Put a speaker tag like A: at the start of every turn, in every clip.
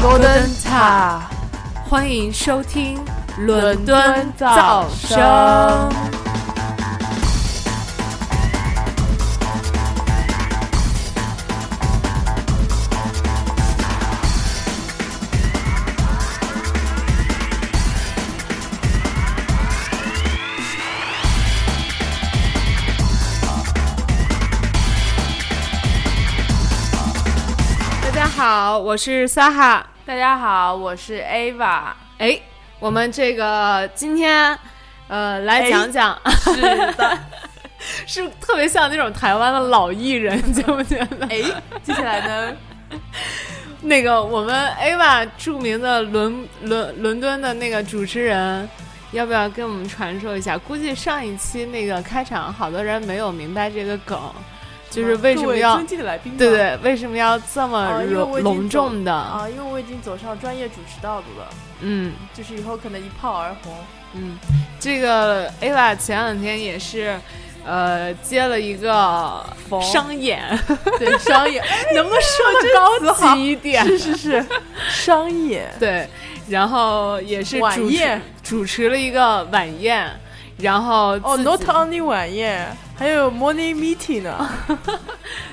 A: Golden Top，欢迎收听伦敦噪声。大家好，我是 Saha。
B: 大家好，我是 Ava，
A: 哎，我们这个今天呃来讲讲，
B: 是
A: 哎
B: 的，
A: 是不是特别像那种台湾的老艺人，你觉不觉得？
B: 哎，接下来呢？
A: 那个我们 Ava 著名的伦伦伦敦的那个主持人，要不要跟我们传授一下？估计上一期那个开场，好多人没有明白这个梗，就是为什
B: 各
A: 么
B: 位
A: 要
B: 尊敬的来宾吗，
A: 对对，为什么要这么
B: 哦因为我
A: 隆
B: 已经
A: 隆重的？
B: 啊，因为我已经走上专业主持道路了，
A: 嗯
B: 就是以后可能一炮而红。
A: 嗯，这个 Ava 前两天也是。呃，接了一个
B: 冯
A: 商演，
B: 对商演，哎
A: 能不能说的 高级一点？
B: 是是是，商演
A: 对，然后也是
B: 晚
A: 主持
B: 宴
A: 主持了一个晚宴，然后
B: 哦
A: 自
B: ，Not
A: 己
B: Only 晚宴，还有 Morning Meeting 呢，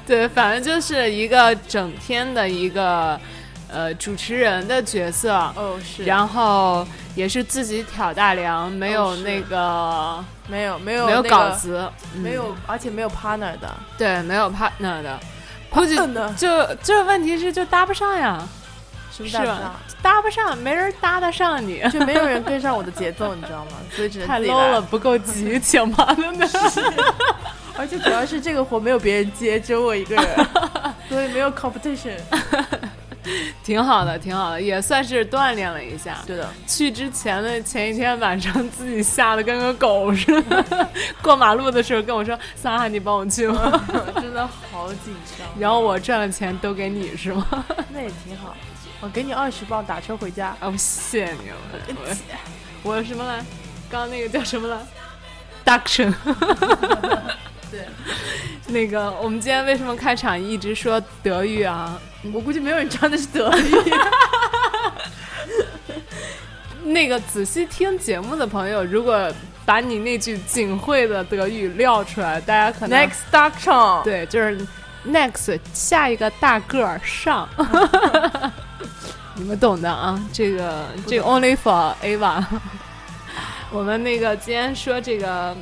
A: 对，反正就是一个整天的一个呃主持人的角色，
B: 哦是，
A: 然后也是自己挑大梁，没有
B: 哦是
A: 那个、
B: 没有没有
A: 没有
B: 那个
A: 稿，子，嗯
B: 没有，而且没有 partner 的，
A: 对，没有 partner 的，估计
B: partner
A: 就就问题是就搭不上呀，
B: 什么
A: 是
B: 大
A: 吧
B: 家？？
A: 搭不上，没人搭得上你。
B: 就没有人跟上我的节奏，你知道吗？所以只能
A: 太
B: 自己
A: low
B: 来
A: 了，不够 激情吗？真的。
B: 而且主要是这个活没有别人接，只有我一个 人，所以没有 competition。
A: 挺好的，挺好的，也算是锻炼了一下。
B: 对的，
A: 去之前的前一天晚上，自己吓得跟个狗似的。 过马路的时候跟我说：“桑哈，你帮我去吗
B: 真的好紧张？”。
A: 然后我赚了钱都给你是吗？
B: 那也挺好，我给你二十磅，打车回家。
A: 哦，谢谢你们。我我什么来？刚刚那个叫什么来 d u c t i o n
B: 对，
A: 那个我们今天为什么开场一直说德语啊？
B: 我估计没有人唱的是 德语。
A: 那个仔细听节目的朋友，如果把你那句仅会的德语撂出来，大家可能
B: Next d o c t i o n
A: 对，就是 next 下一个大个儿 上，你们懂的啊。这个这个 only for Ava。我们那个今天说这个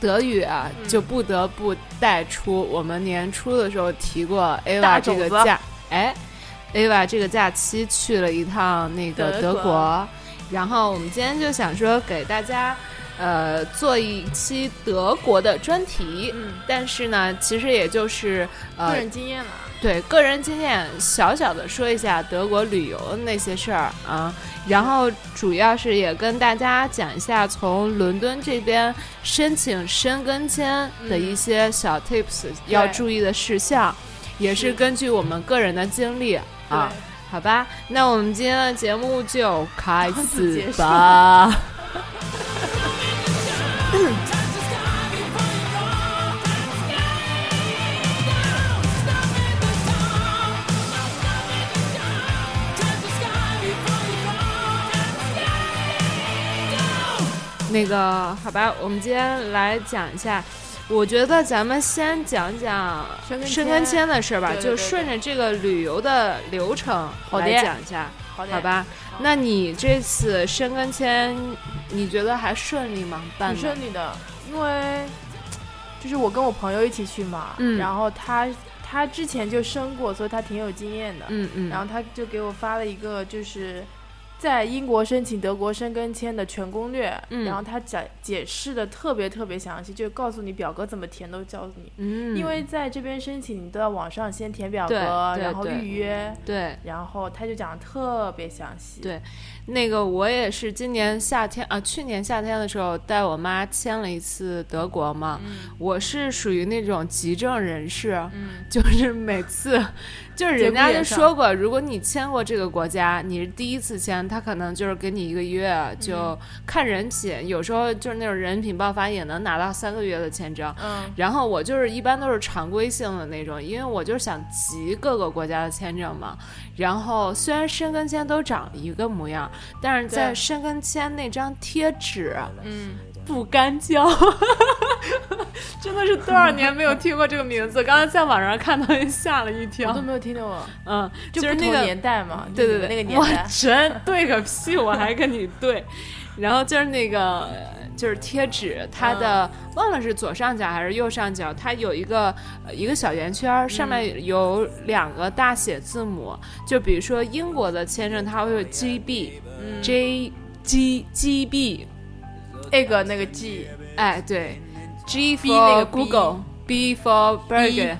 A: 德语啊，
B: 嗯
A: 就不得不带出我们年初的时候提过 Ava
B: 大
A: 这
B: 种
A: 个
B: 子
A: 假，哎，Ava 这个假期去了一趟那个德
B: 德
A: 国，
B: 国
A: 然后我们今天就想说给大家。呃，做一期德国的专题，
B: 嗯，
A: 但是呢，其实也就是
B: 个
A: 呃，
B: 人经验啦。
A: 对个人经验，小小的说一下德国旅游的那些事儿啊，然后主要是也跟大家讲一下从伦敦这边申请申根签
B: 嗯
A: 的一些小 tips，、要注意的事项，也是
B: 是
A: 根据我们个人的经历啊。好吧，那我们今天的节目就开
B: 此
A: 始
B: 结束
A: 吧。那个，好吧，我们今天来讲一下。我觉得咱们先讲讲
B: 申根签
A: 申根签的事儿吧，
B: 对对
A: 就顺着这个旅游的流程
B: 好的
A: 来讲一下，
B: 好的，
A: 好。吧？
B: 好
A: 那你这次申根签，你觉得还顺利吗？办
B: 挺
A: 的
B: 顺利的，因为就是我跟我朋友一起去嘛，
A: 嗯
B: 然后他他之前就生过，所以他挺有经验的。
A: 嗯嗯，
B: 啊然后他就给我发了一个就是在英国申请德国申根签的全攻略，
A: 嗯
B: 然后他解解释的特别特别详细，就告诉你表格怎么填都告诉你，
A: 嗯，
B: 因为在这边申请你都要网上先填表
A: 对
B: 格，
A: 对
B: 然后
A: 对
B: 预约，
A: 对
B: 然后他就讲的特别详细。
A: 对那个我也是今年夏天啊，去年夏天的时候带我妈签了一次德国嘛，我是属于那种急症人士，
B: 嗯，
A: 就是每次，就是
B: 节
A: 人
B: 骨
A: 家
B: 眼
A: 就
B: 上
A: 说过，如果你签过这个国家，你是第一次签人，他可能就是给你一个月，就看人品，有时候就是那种人品爆发也能拿到三个月的签证。
B: 嗯，
A: 然后我就是一般都是常规性的那种，因为我就是想集各个国家的签证嘛。然后虽然申根签都长一个模样，但是在
B: 对
A: 申根签那张贴纸
B: 嗯，
A: 不干胶， 真的是多少年没有听过这个名字，刚才在网上看到吓了一
B: 我
A: 跳
B: 都。没有听到过，
A: 嗯，
B: 就是不
A: 那
B: 同
A: 个
B: 年代嘛，
A: 对
B: 就
A: 对
B: 你们
A: 对，
B: 那个年代
A: 我，真对个屁，我还跟你对。 然后就是那个，呃就是贴纸，它的、忘了是左上角还是右上角，它有一个、呃一个小圆圈儿，上面有两个大写字母。就比如说英国的签证，它会有 G B、J G G B，
B: 那个那个 G，
A: 哎对，G
B: B 那
A: for
B: 个
A: Google，B for burger。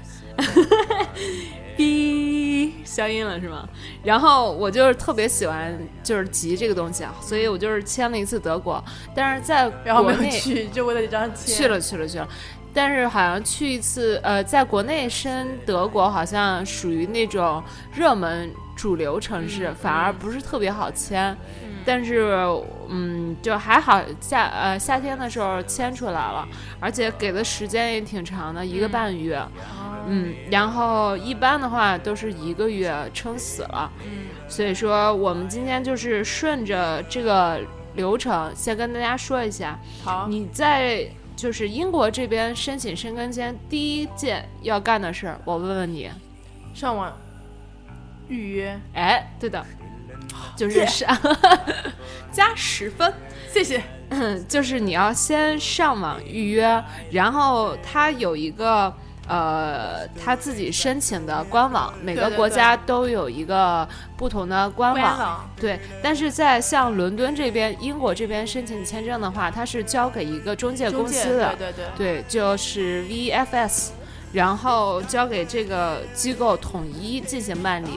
A: 哔，消音了是吗？然后我就是特别喜欢就是集这个东西啊，所以我就是签了一次德国，但是在
B: 然后
A: 国
B: 没有
A: 内
B: 去，就为了这张签
A: 去，了去了去了，但是好像去一次呃，在国内申德国好像属于那种热门主流城市，反而不是特别好签。但是，嗯，就还好夏呃夏天的时候签出来了，而且给的时间也挺长的，一个半月。嗯，然后一般的话都是一个月撑死了，
B: 嗯
A: 所以说我们今天就是顺着这个流程，先跟大家说一下，
B: 好，
A: 你在就是英国这边申请申根签第一件要干的事儿，我问问你，
B: 上网预约，
A: 哎，对的，就是上 加十分。
B: 谢谢，
A: 就是你要先上网预约，然后它有一个呃他自己申请的官网，每个
B: 对对
A: 国家都有一个不同的官网。
B: 网，
A: 对，但是在像伦敦这边、英国这边申请签证的话，它是交给一个中介
B: 中
A: 公
B: 介，
A: 司的，
B: 对对对，
A: 对，就是 VFS，然后交给这个机构统一进行办理。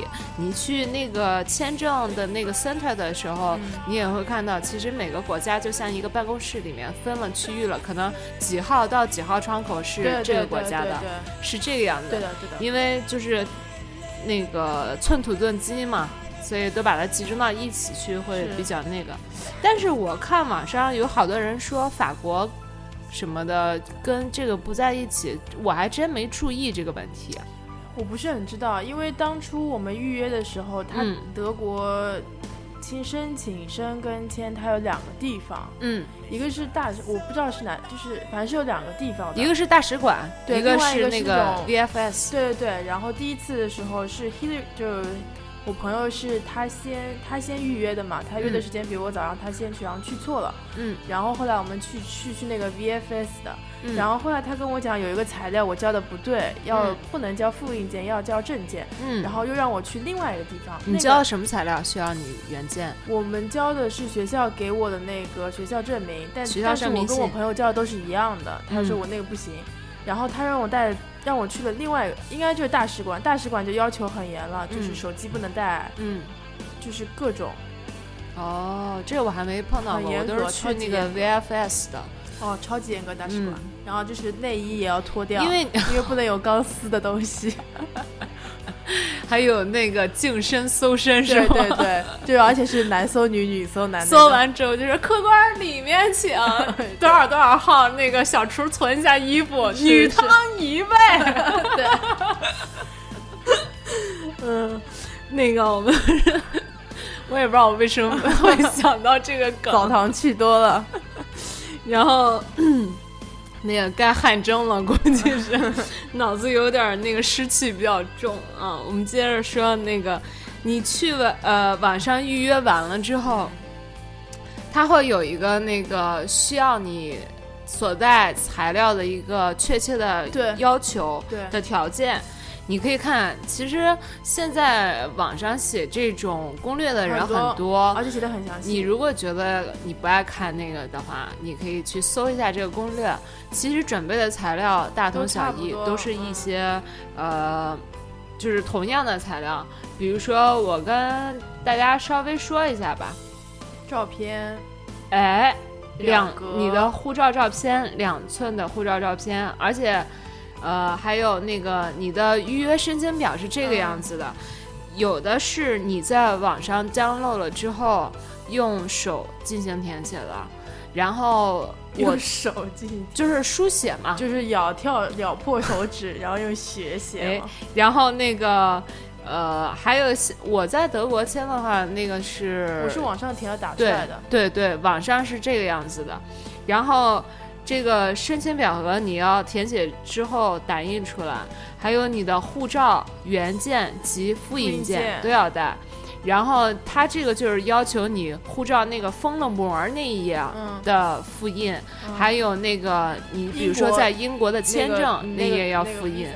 A: 你去那个签证的那个 center 的时候，
B: 嗯
A: 你也会看到，其实每个国家就像一个办公室里面分了区域了，可能几号到几号窗口是
B: 对
A: 这个
B: 对
A: 国
B: 对
A: 家
B: 对
A: 的，
B: 对
A: 是这个样子。
B: 对的对的，
A: 因为就是那个寸土寸金嘛，所以都把它集中到一起去会
B: 是
A: 比较那个。但是我看网上有好多人说法国什么的跟这个不在一起，我还真没注意这个问题。啊
B: 我不是很知道，因为当初我们预约的时候，他
A: 嗯
B: 德国新申请申根签，它有两个地方，
A: 嗯，
B: 一个是大，我不知道是哪，就是反正是有两个地方的。
A: 一个是大使馆，
B: 对
A: 个
B: 另外一
A: 是
B: 个
A: 那
B: 是
A: 个
B: 那种
A: VFS。
B: 对对对，然后第一次的时候是 Hillary，就我朋友是他先他先预约的嘛，他约的
A: 嗯
B: 时间比我早上，他先去，然后去错了，
A: 嗯，
B: 然后后来我们去去去那个 VFS 的，
A: 嗯
B: 然后后来他跟我讲有一个材料我交的不对，要、
A: 嗯
B: 不能交复印件，要交证件，
A: 嗯，
B: 然后又让我去另外一个地方，
A: 你
B: 那
A: 交
B: 个
A: 的什么材料需要你原件？
B: 我们交的是学校给我的那个学校证明，但
A: 学校证明
B: 但是我跟我
A: 信
B: 朋友交的都是一样的。他说
A: 嗯
B: 我那个不行，然后他让我带，让我去了另外一个，应该就是大使馆，大使馆就要求很严了，就是
A: 嗯
B: 手机不能带，
A: 嗯。
B: 就是各种。
A: 哦，这我还没碰到
B: 很
A: 过，我
B: 严
A: 都
B: 格
A: 是去
B: 超级
A: 那个
B: 严
A: VFS 的，
B: 哦，超级严格大使
A: 嗯
B: 馆，然后就是内衣也要脱掉，
A: 因为
B: 因为不能有钢丝的东西。
A: 还有那个净身搜身是
B: 对对
A: 吗？
B: 对，就而且 是男搜女，女搜男那种。
A: 搜完之后就是客官里面请 多少多少号那个小厨存一下衣 服，
B: 是是
A: 女汤一位。
B: 对，
A: 嗯，那个我们 我也不知道我为什么 会想到这个
B: 澡
A: 梗，
B: 堂去多了。
A: 然后。 那个该汗蒸了， 估计是脑子有点儿那个湿气比较重啊。我们接着说那个，你去了呃网上预约完了之后，它会有一个那个需要你所带材料的一个确切的
B: 对
A: 要求
B: 对
A: 的条件。你可以看，其实现在网上写这种攻略的人
B: 很
A: 很
B: 多
A: 多，
B: 而且写的很详细。
A: 你如果觉得你不爱看那个的话，你可以去搜一下这个攻略。其实准备的材料大同小异
B: 都差不，多
A: 都是一些、呃，就是同样的材料。比如说，我跟大家稍微说一下吧。
B: 照片，
A: 哎，
B: 两
A: 两
B: 格
A: 你的护照照片，两寸的护照照片，而
B: 嗯
A: 且，呃，还有那个你的预约申请表是这个样子的，有的是你在网上 download 了之后用手进行填写的，然后我
B: 用手进，
A: 就是书写嘛，
B: 就是咬跳咬破手指，然后用血写
A: 哎
B: 嘛。
A: 然后那个呃，还有些我在德国签的话，那个是
B: 我是网上填了打出
A: 对
B: 来的，
A: 对对，网上是这个样子的，然后。这个申请表格你要填写之后打印出来，还有你的护照原件及复印
B: 复印
A: 件
B: 件
A: 都要带。然后它这个就是要求你护照那个封了膜那一页
B: 嗯，
A: 的复印，
B: 嗯
A: 还有那个你比
B: 英
A: 如说
B: 国
A: 在英国的签
B: 那个
A: 证、
B: 那个
A: 页要
B: 那个
A: 复印。
B: visa，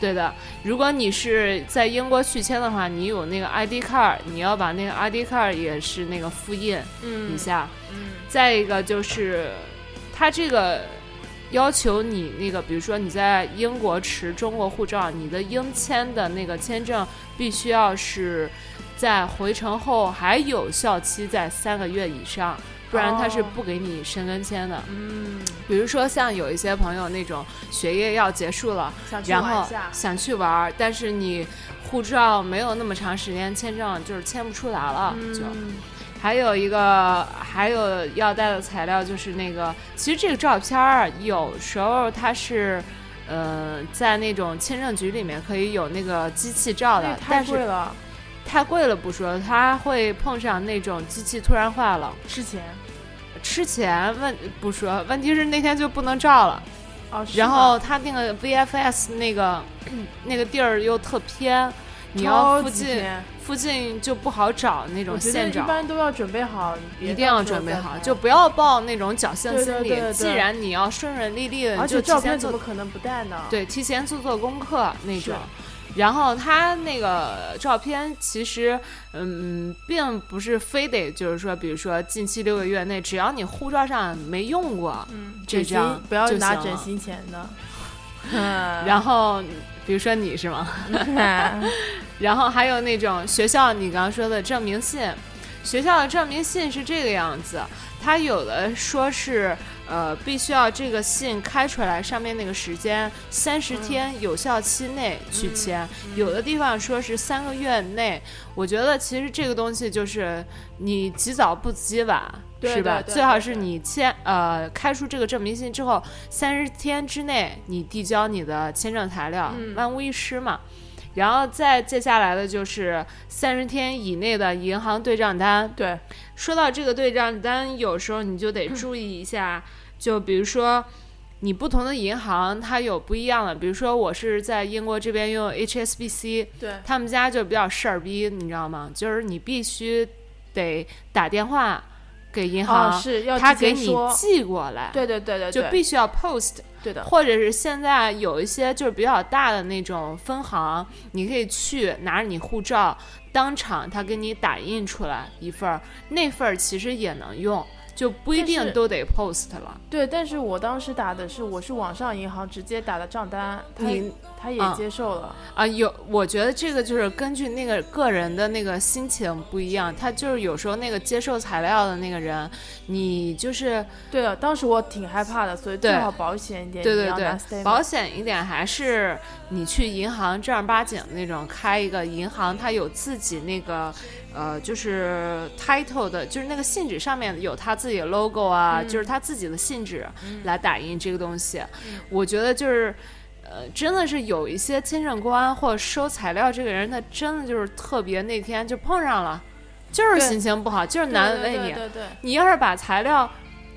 A: 对的，如果你是在英国续签的话，你有那个 ID card，你要把那个 ID card 也是那个复印
B: 对嗯，
A: 一下。
B: 嗯，
A: 再一个就是，它这个要求你那个，比如说你在英国持中国护照，你的英签的那个签证必须要是在回程后还有效期在三个月以上，不然它是
B: 哦
A: 不给你申根签的。
B: 嗯，
A: 比如说像有一些朋友那种学业要结束了。
B: 想去
A: 然
B: 玩
A: 后
B: 一下，
A: 想去玩儿，但是你护照没有那么长时间，签证就是签不出来了。就
B: 嗯
A: 还有一个还有要带的材料就是那个，其实这个照片儿有时候它是。呃，在那种签证局里面可以有那个机器照
B: 那
A: 的
B: 个，
A: 但
B: 太贵
A: 是
B: 了，
A: 太贵了不说，它会碰上那种机器突然坏了。
B: 之前
A: 之前问不说，问题是那天就不能照了。
B: 哦，是
A: 然
B: 吗
A: 后他那个 VFS 那个 那个地儿又特偏，你要
B: 超
A: 附
B: 级
A: 近
B: 甜
A: 附近就不好找那
B: 我
A: 种
B: 觉得
A: 现
B: 一
A: 找，
B: 般都要准备好，你别
A: 一定
B: 到
A: 要
B: 时候
A: 准备
B: 再
A: 好，
B: 拍
A: 就不要抱那种侥幸
B: 对
A: 心
B: 对
A: 理。
B: 对对
A: 既然你要顺顺利利的，
B: 而
A: 你就
B: 且
A: 提
B: 照片
A: 前
B: 怎
A: 做
B: 么可能不带呢？，
A: 对提前做做功课那
B: 是
A: 种。然后他那个照片其实，嗯，并不是非得就是说，比如说近期六个月内，只要你护照上没用过，
B: 嗯，
A: 这
B: 整形
A: 张
B: 不要
A: 就
B: 拿
A: 行
B: 整
A: 了
B: 形钱的。 嗯
A: 然后比如说你是吗？
B: 后
A: 然后还有那种学校，你刚刚说的证明信，学校的证明信是这个样子，它有的说是呃，必须要这个信开出来，上面那个时间三十天有效期内去签，
B: 嗯
A: 有的地方说是三个月内。我觉得其实这个东西就是你及早不及晚。
B: 对
A: 是吧？
B: 对对
A: 最好
B: 对
A: 是
B: 对
A: 你签呃开出这个证明信之后，三十天之内你递交你的签证材料，
B: 嗯
A: 万无一失嘛。然后再接下来的就是三十天以内的银行对账 单。
B: 对，
A: 说到这个对账单，有时候你就得注意一下，
B: 嗯
A: 就比如说。你不同的银行它有不一样的，比如说我是在英国这边用 HSBC，
B: 对，
A: 他们家就比较事儿逼，你知道吗？就是你必须得打电话给银行，
B: 哦，是要
A: 他
B: 提前
A: 给你
B: 说
A: 寄过来，
B: 对对对对
A: 就
B: 对，
A: 必须要 post
B: 对的，
A: 或者是现在有一些就是比较大的那种分行，你可以去拿着你护照，当场他给你打印出来一份儿，那份儿其实也能用，就不一
B: 但
A: 定
B: 是
A: 都得 post 了。
B: 对。但是我当时打的是，我是网上银行直接打的账单，他
A: 你
B: 他也
A: 嗯
B: 接受了，
A: 啊，有，我觉得这个就是根据那个个人的那个心情不一样，他就是有时候那个接受材料的那个人，你就是
B: 对的。当时我挺害怕的，所以最
A: 对
B: 好保险一点，
A: 对
B: 你
A: 对
B: 要拿
A: 对，
B: statement
A: 保险一点还是你去银行正儿八经那种开一个银行，它有自己那个呃，就是 title 的，就是那个信纸上面有它自己的 logo 啊，
B: 嗯
A: 就是它自己的信纸来打印这个东西。
B: 嗯
A: 我觉得就是。呃，真的是有一些签证官或者收材料这个人，他真的就是特别那天就碰上了，就是
B: 对
A: 心情不好，就是
B: 对
A: 难
B: 对
A: 为你。
B: 对对对，
A: 你要是把材料，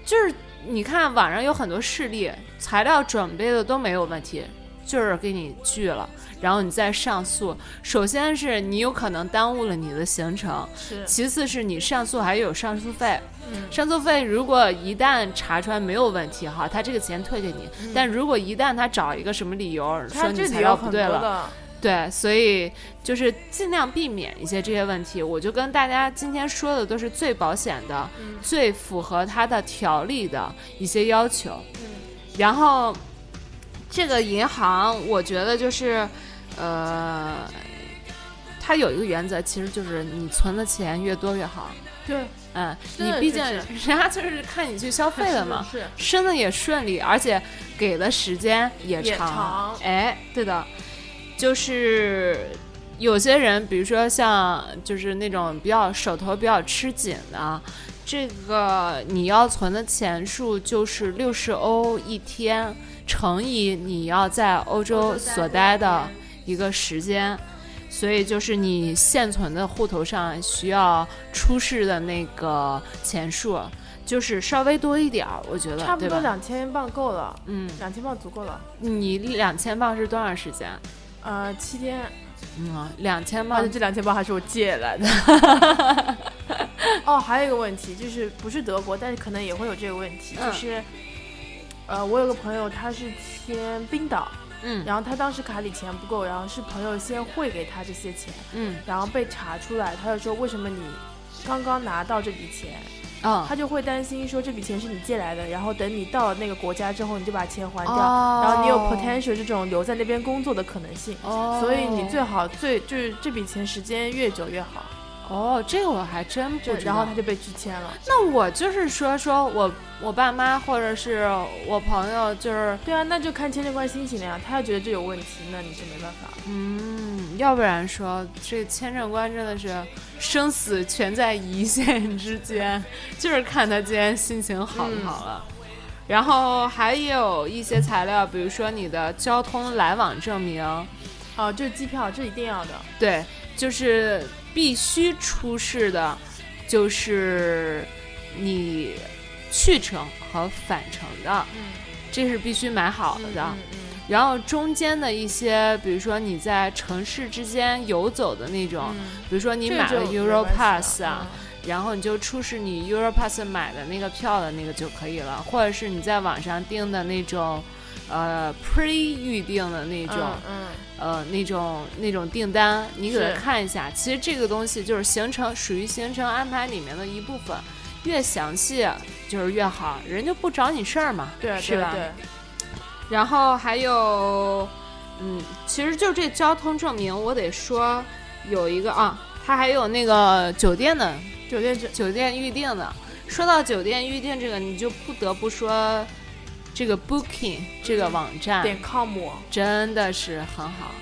A: 就是你看网上有很多事例，材料准备的都没有问题，就是给你拒了，然后你再上诉。首先是你有可能耽误了你的行程，
B: 是，
A: 其次是你上诉还有上诉费，
B: 嗯
A: 上诉费如果一旦查出来没有问题哈，他这个钱退给你。但如果一旦他找一个什么理由
B: 嗯
A: 说
B: 他
A: 你
B: 这
A: 材
B: 里
A: 料
B: 有
A: 不
B: 很
A: 对
B: 多
A: 了，
B: 的，
A: 对，所以就是尽量避免一些这些问题。我就跟大家今天说的都是最保险的，最符合它的条例的一些要求。然后这个银行，我觉得就是，呃，它有一个原则，其实就是你存的钱越多越好。
B: 对，
A: 嗯，
B: 真
A: 你
B: 的
A: 毕
B: 是
A: 竟
B: 是
A: 人家就是看你去消费了嘛，
B: 是是
A: 升的也顺利，而且给的时间也
B: 也长
A: 哎，对的，就是有些人，比如说像就是那种比较手头比较吃紧的，这个你要存的钱数就是六十欧一天乘以你要在欧洲所待的一个时间，所以就是你现存的户头上需要出示的那个钱数，就是稍微多一点儿，我觉得
B: 差不多
A: 对吧？
B: 两千磅够了，
A: 嗯，
B: 两千磅足够了。
A: 你两千磅是多长时间？
B: 呃，七天，
A: 嗯，两千
B: 而
A: 磅
B: 且这两千磅还是我借 来的。哦，还有一个问题就是，不是德国，但是可能也会有这个问题，
A: 嗯
B: 就是，呃，我有个朋友他是签冰岛，
A: 嗯
B: 然后他当时卡里钱不够，然后是朋友先汇给他这些钱，
A: 嗯
B: 然后被查出来，他就说为什么你刚刚拿到这笔钱，
A: 啊
B: 他就会担心说这笔钱是你借来的，然后等你到了那个国家之后，你就把钱还掉，
A: 哦
B: 然后你有 potential 这种留在那边工作的可能性，
A: 哦，
B: 所以你最好最就是这笔钱时间越久越好，
A: 哦，这个我还真不
B: 就
A: 知道。
B: 然后他就被拒签了。
A: 那我就是说，说我我爸妈或者是我朋友，就是
B: 对啊，那就看签证官心情了呀，他要觉得这有问题，那你就没办法了。
A: 嗯，要不然说这签证官真的是生死全在一线之间，就是看他今天心情好不好了。
B: 嗯
A: 然后还有一些材料，比如说你的交通来往证明，
B: 哦，就是机票，这一定要的。
A: 对，就是必须出示的，就是你去程和返程的，
B: 嗯，
A: 这是必须买好的。
B: 嗯嗯
A: 然后中间的一些，比如说你在城市之间游走的那种，
B: 嗯，
A: 比如说你
B: 这
A: 买
B: 就
A: 了
B: 没
A: Euro
B: 关系
A: Pass
B: 了嗯
A: 啊，，然后你就出示你 Euro Pass 买的那个票的那个就可以了，或者是你在网上订的那种，呃，pre 预定的那
B: 嗯
A: 种，
B: 嗯
A: 呃那种那种订单，你给
B: 是
A: 他看一下。其实这个东西就是行程属于行程安排里面的一部分，越详细就是越好，人就不找你事儿嘛，
B: 对啊
A: 是
B: 对
A: 吧？
B: 对，
A: 然后还有，嗯，其实就这交通证明，我得说有一个啊，它还有那个酒店的
B: 酒店这
A: 酒店预订的。说到酒店预订这个，你就不得不说这个 Booking 这个网站，
B: 点 com
A: 真的是很好。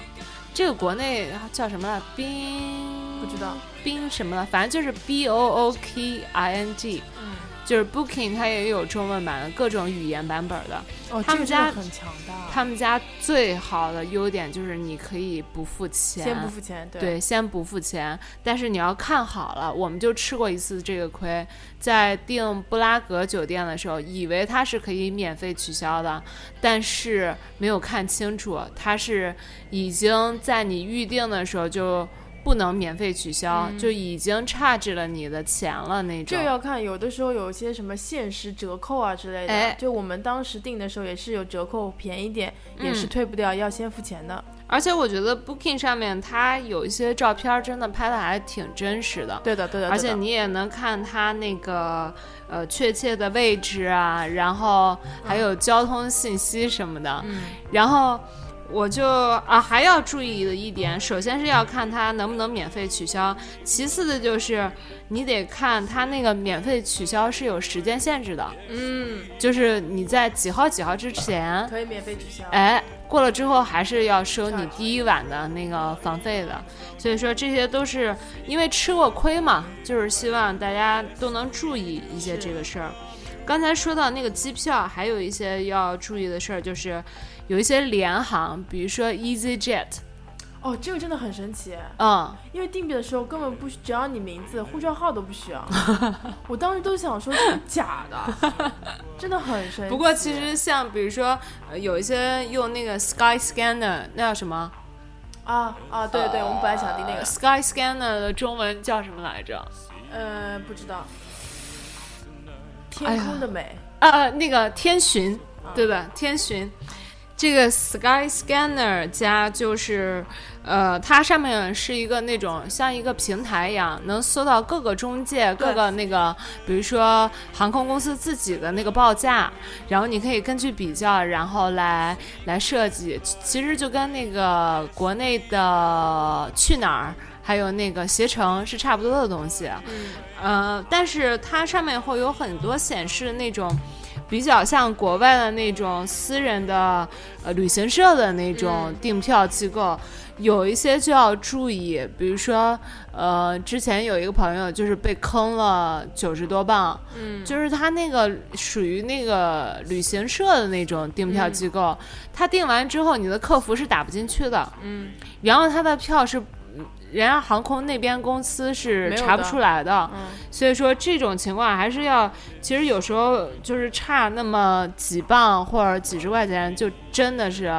A: 这个国内叫什么了？冰
B: 不知道，
A: 冰什么了？反正就是 B O O K I N G，
B: 嗯，
A: 就是 Booking，它也有中文版的，各种语言版本的。
B: 哦，
A: 他
B: 这个
A: 们
B: 真的
A: 家
B: 很强大，
A: 他们家最好的优点就是你可以不付钱，
B: 先不付钱，对，
A: 对，先不付钱，但是你要看好了，我们就吃过一次这个亏，在订布拉格酒店的时候，以为它是可以免费取消的，但是没有看清楚，它是已经在你预定的时候就不能免费取消，就已经差值了你的钱了那
B: 嗯这
A: 种
B: 个。要看，有的时候有一些什么限时折扣啊之类的，
A: 哎
B: 就我们当时订的时候也是有折扣，便宜点也是
A: 嗯
B: 退不掉，要先付钱的。
A: 而且我觉得 Booking 上面它有一些照片儿真的拍的还挺真实的。
B: 对的，对的，
A: 而
B: 对
A: 且
B: 的
A: 你也能看它那个呃确切的位置啊，然后还有交通信息什么的。
B: 嗯，
A: 然后我就啊还要注意的一点，首先是要看它能不能免费取消，其次的就是你得看它那个免费取消是有时间限制的，
B: 嗯，
A: 就是你在几号几号之前，
B: 可以免费取消。
A: 哎。过了之后还是要收你第一晚的那个房费的，所以说这些都是因为吃过亏嘛，就是希望大家都能注意一些这个事儿。刚才说到那个机票，还有一些要注意的事儿，就是有一些联航，比如说 EasyJet，
B: 哦，这个真的很神奇，
A: 嗯，
B: 因为订币的时候根本不需只要你名字、护照号都不 需要，我当时都想说是假的， 真的很神奇。
A: 不过其实像比如说呃有一些用那个 Sky Scanner，那叫什么？
B: 啊啊，对对，我们本来想订那个，
A: Sky Scanner 的中文叫什么来着？
B: 呃，哎不知道。
A: 哎
B: 天
A: 呀
B: 空的美，
A: 呃，那个天巡，对的，天巡。这个 Sky Scanner 家就是，呃，它上面是一个那种像一个平台一样，能搜到各个中介、各个那个，比如说航空公司自己的那个报价，然后你可以根据比较，然后来来设计。其实就跟那个国内的去哪儿，还有那个携程是差不多的东西。啊
B: 嗯，
A: 呃，但是它上面会有很多显示那种，比较像国外的那种呃私人的呃旅行社的那种
B: 嗯
A: 订票机构，有一些就要注意，比如说呃，之前有一个朋友就是被坑了九十多磅，
B: 嗯
A: 就是他那个属于那个旅行社的那种订票机构，他订完之后，你的客服是打不进去的，
B: 嗯
A: 然后他的票是。嗯人家航空那边公司是
B: 没有的
A: 查不出来的，
B: 嗯
A: 所以说这种情况还是要，其实有时候就是差那么几磅或者几十块钱，就真的是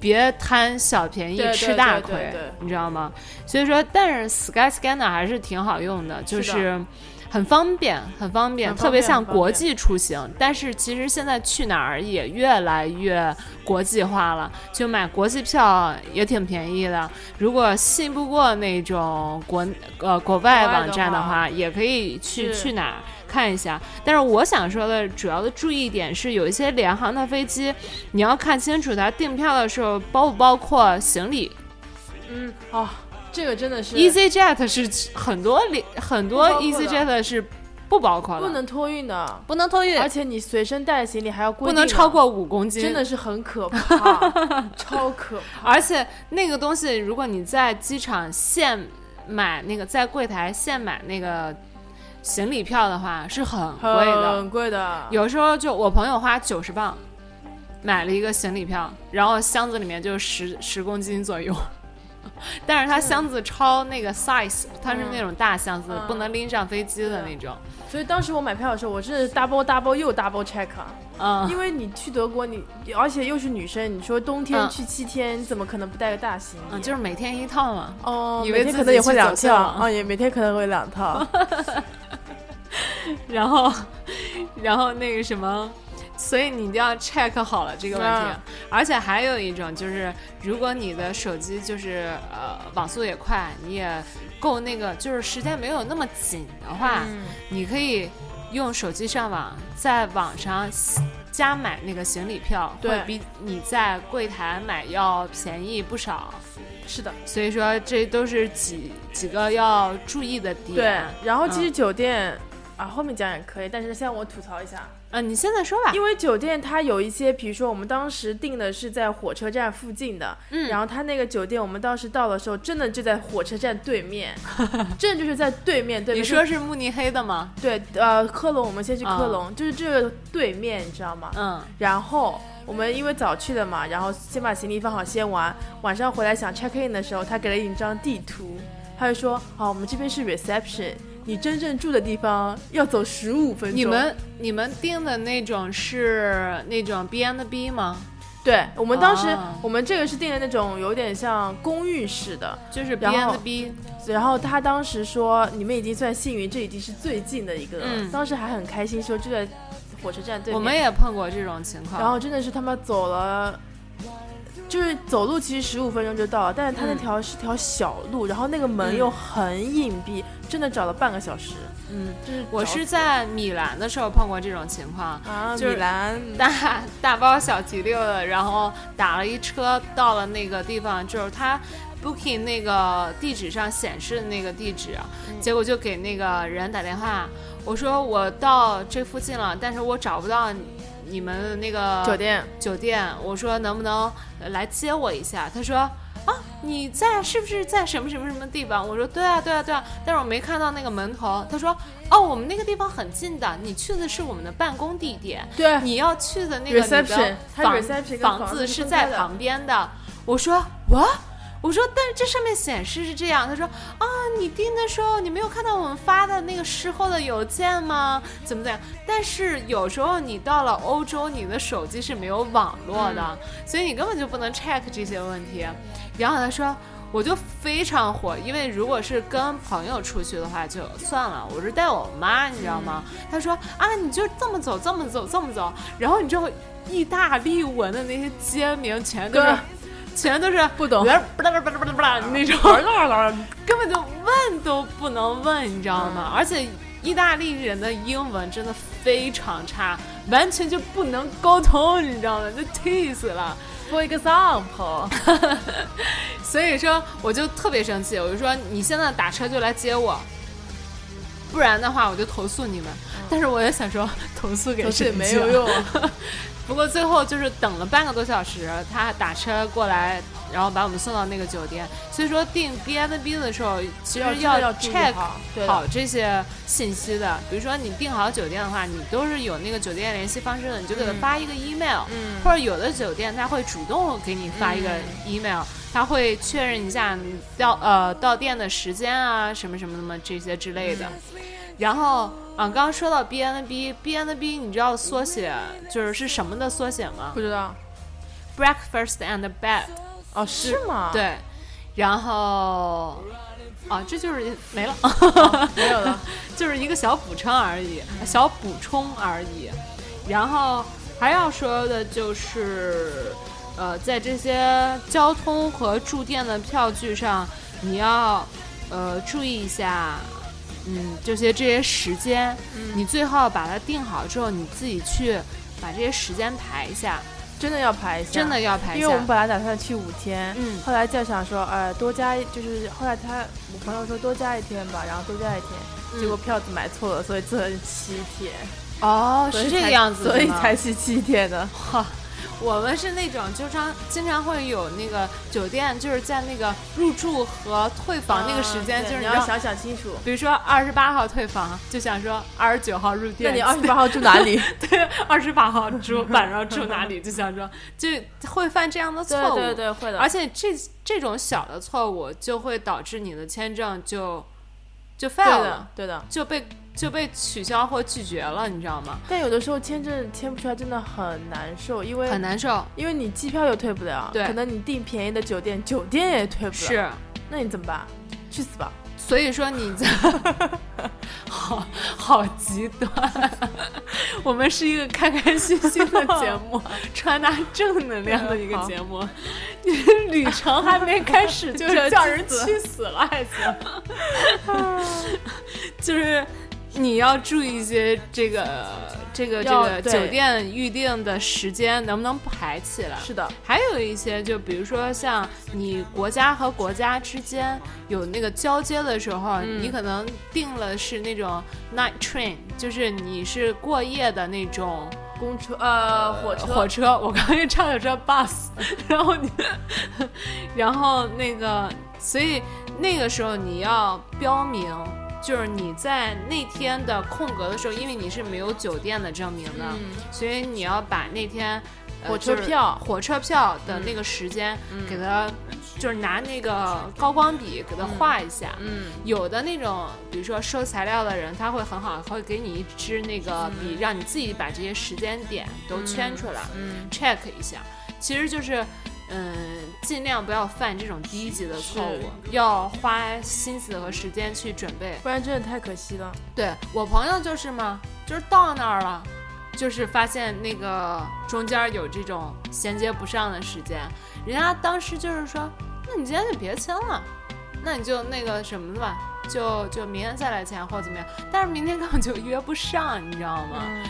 A: 别贪小便宜
B: 对对
A: 吃大
B: 对对
A: 亏
B: 对，
A: 你知道吗？所以说，但是 Sky Scanner 还是挺好用的，就是是很方便，很方便，
B: 很方
A: 特别
B: 便
A: 像
B: 很方便
A: 国际出行。但是其实现在去哪儿也越来越国际化了，就买国际票也挺便宜的。如果信不过那种国呃国外网站的
B: 国
A: 话，
B: 外
A: 也可以去
B: 是
A: 去哪儿看一下。但是我想说的主要的注意点是，有一些联航的飞机，你要看清楚它订票的时候包不包括行李。
B: 嗯哦，这个真的是
A: EasyJet 是很多联很多
B: 不包括的
A: EasyJet 是不包括的，
B: 不能托运的，
A: 不能托运
B: 而且你随身带的行李还要规
A: 不
B: 定
A: 能
B: 的
A: 超，过五公斤，
B: 真的是很可 怕，超可怕。
A: 而且那个东西，如果你在机场现买那个，在柜台现买那个行李票的话，是很贵的。
B: 很贵的，
A: 有时候就我朋友花九十磅买了一个行李票，然后箱子里面就十十公斤左右。 但是它箱子超那个 size，它是那种大箱子，
B: 嗯
A: 不能拎上飞机的那种。
B: 所以当时我买票的时候，我真的是 double double 又 double check，、啊、
A: 嗯，
B: 因为你去德国你，而且又是女生，你说冬
A: 嗯
B: 天去七天，你怎么可能不带个大行李？啊
A: 嗯，就是每天一套嘛。
B: 哦，
A: 以为
B: 每
A: 自
B: 天
A: 己
B: 可能也会两
A: 去走
B: 套，
A: 秀
B: 啊，也每天可能会两套。
A: 然后， 然后那个什么，所以你一定要 check 好了这个问题。
B: 嗯
A: 而且还有一种就是，如果你的手机就是呃网速也快，你也够那个，就是时间没有那么紧的话，
B: 嗯
A: 你可以用手机上网，在网上加买那个行李票，
B: 对
A: 会比你在柜台买要便宜不少。
B: 是的，
A: 所以说，这都是几几个要注意的点。
B: 对。然后其实
A: 嗯
B: 酒店、啊，后面讲也可以，但是先我吐槽一下，
A: 啊，你现在说吧。
B: 因为酒店它有一些，比如说我们当时订的是在火车站附近的，
A: 嗯
B: 然后它那个酒店我们当时到的时候，真的就在火车站对 面，真的就是在对面对面。
A: 你说是慕尼黑的吗？
B: 对，呃，科隆，我们先去科
A: 嗯
B: 隆，就是这个对面，你知道吗？
A: 嗯
B: 然后我们因为早去的嘛，然后先把行李放好先玩，晚上回来想 check in 的时候，他给了一张地图，他就说：“啊，我们这边是 reception，你真正住的地方要走十五分钟。”
A: 你们你们订的那种是那种 B N B 吗？
B: 对我们当时、
A: 啊
B: 我们这个是订的那种有点像公寓式的，
A: 就是 B
B: 然
A: N
B: 后
A: B，
B: 然后他当时说你们已经算幸运，这已经是最近的一个了。
A: 嗯
B: 当时还很开心，说就在火车站对面。
A: 我们也碰过这种情况。
B: 然后真的是他妈走了，就是走路其实十五分钟就到了，但是他那
A: 嗯
B: 条是条小路，然后那个门
A: 嗯
B: 又很隐蔽，真的找了半个小时。
A: 嗯，
B: 就是
A: 我
B: 找
A: 是在米兰的时候碰过这种情况。
B: 啊，
A: 就是
B: 米兰，
A: 大大包小提溜的，然后打了一车到了那个地方，就是他 booking 那个地址上显示的那个地址，
B: 嗯
A: 结果就给那个人打电话，我说我到这附近了，但是我找不到你你们的那个
B: 酒店，
A: 酒店，我说能不能呃来接我一下？他说啊，你在是不是在什么什么什么地方？我说对啊对啊对啊，但是我没看到那个门头。他说哦，我们那个地方很近的，你去的是我们的办公地点，
B: 对
A: 你要去的那个你的
B: Reception，它
A: 房
B: reception 跟
A: 房
B: 房子
A: 子
B: 是
A: 是
B: 分
A: 在
B: 开的
A: 旁边的。我说我。我说，但是这上面显示是这样。他说啊，你订的时候你没有看到我们发的那个事后的邮件吗？怎么怎么样？但是有时候你到了欧洲，你的手机是没有网络
B: 嗯
A: 的，所以你根本就不能 check 这些问题。然后他说，我就非常火，因为如果是跟朋友出去的话就算了，我是带我妈，你知道吗？
B: 嗯
A: 他说啊，你就这么走，这么走，这么走，然后你知道意大利文的那些街名全都是
B: 对。
A: 全都是
B: 不懂嗯
A: 原来不啦不啦不啦不啦 那种，根本就问都不能问，你知道吗？而且意大利人的英文真的非常差，完全就不能沟通，你知道吗？就气死了。
B: for example，
A: 所以说，我就特别生气，我就说你现在打车就来接我，不然的话我就投诉你们。但是我也想说投诉给
B: 可是
A: 神
B: 嗯也
A: 经啊
B: 没有用，
A: 不过最后就是等了半个多小时，他打车过来，然后把我们送到那个酒店。所以说订 B&B 的时候，其实
B: 要注意
A: check
B: 好对的
A: 好这些信息的。比如说你订好酒店的话，你都是有那个酒店联系方式的，你就给他
B: 嗯
A: 发一个 email，、
B: 嗯
A: 或者有的酒店他会主动给你发一个
B: 嗯
A: email，、他会确认一下你到呃到店的时间啊，什么什么什么这些之类的。
B: 嗯
A: 然后啊，刚刚说到 B N B，B N B 你知道缩写就是是什么的缩写吗
B: 不知道
A: ？Breakfast and Bed，
B: 哦，是吗？，
A: 对，然后。啊，这就是 没了，
B: 没有了，
A: 就是一个小补充而已，小补充而已。然后还要说的就是，呃，在这些交通和住店的票据上，你要呃注意一下，嗯，这些这些时间，你最好把它定好之后，你自己去把这些时间排一下，
B: 真的要排一下，
A: 真的要排一
B: 因
A: 下。
B: 为我们本来打算去五天，
A: 嗯
B: 后来就想说，呃，多加一，就是后来他我朋友说多加一天吧，然后多加一天，
A: 嗯
B: 结果票子买错了，所以只能七天，
A: 哦，
B: 所以
A: 是这
B: 才
A: 个样子的吗，
B: 所以才是七天 的。
A: 哈，我们是那种经常经常会有那个酒店，就是在那个入住和退房那个时间，
B: 嗯
A: 就
B: 对
A: 是
B: 你
A: 你知道
B: 要想想清楚。
A: 比如说二十八号退房，就想说二十九号入
B: 那
A: 店。
B: 你 二十八号住哪 里？
A: 对二十八号住晚上住哪里，就想说就会犯这样的错误。
B: 对对对，会的。
A: 而且这这种小的错误就会导致你的签证就就
B: 对
A: fail
B: 的
A: 了，，
B: 对的。
A: 就被就被取消或拒绝了，你知道吗？
B: 但有的时候签证签不出来真的很难受，因为
A: 很难受。
B: 因为你机票又退不了，
A: 对
B: 可能你订便宜的酒店，酒店也退不了，，
A: 是，
B: 那你怎么办？去死吧！
A: 所以说你在，好好极端。我们是一个开开心心的节目，传达正能量的一个节目。 旅程还没 开始就
B: 就
A: 叫人
B: 去死
A: 去死了，还行。就是你要注意一些这个这个这
B: 要
A: 个
B: 对
A: 酒店预定的时间能不能排起来。
B: 是的，
A: 还有一些，就比如说像你国家和国家之间有那个交接的时候，
B: 嗯
A: 你可能订了是那种 night train，就是你是过夜的那种
B: 公车呃火车
A: 火车。我刚才差点说 bus，然后你， 然后那个，所以那个时候你要标明。就是你在那天的空格的时候，因为你是没有酒店的证明的，
B: 嗯
A: 所以你要把那天、呃
B: 火车
A: 就是
B: 票嗯
A: 火车票的那个时间给它，就是拿那个高光笔给它画一下。
B: 嗯
A: 有的那种，比如说收材料的人，他会很好，会给你一支那个笔，让你自己把这些时间点都圈出来、
B: 嗯
A: c h e c k 一下。其实就是，嗯，尽量不要犯这种低级的错误，要花心思和时间去准备。
B: 不然真的太可惜了。
A: 对我朋友就是嘛，就是到那儿了，就是发现那个中间有这种衔接不上的时间，人家当时就是说，那你今天就别签了，那你就那个什么吧，就就明天再来签或者怎么样，但是明天根本就约不上，你知道吗？
B: 嗯，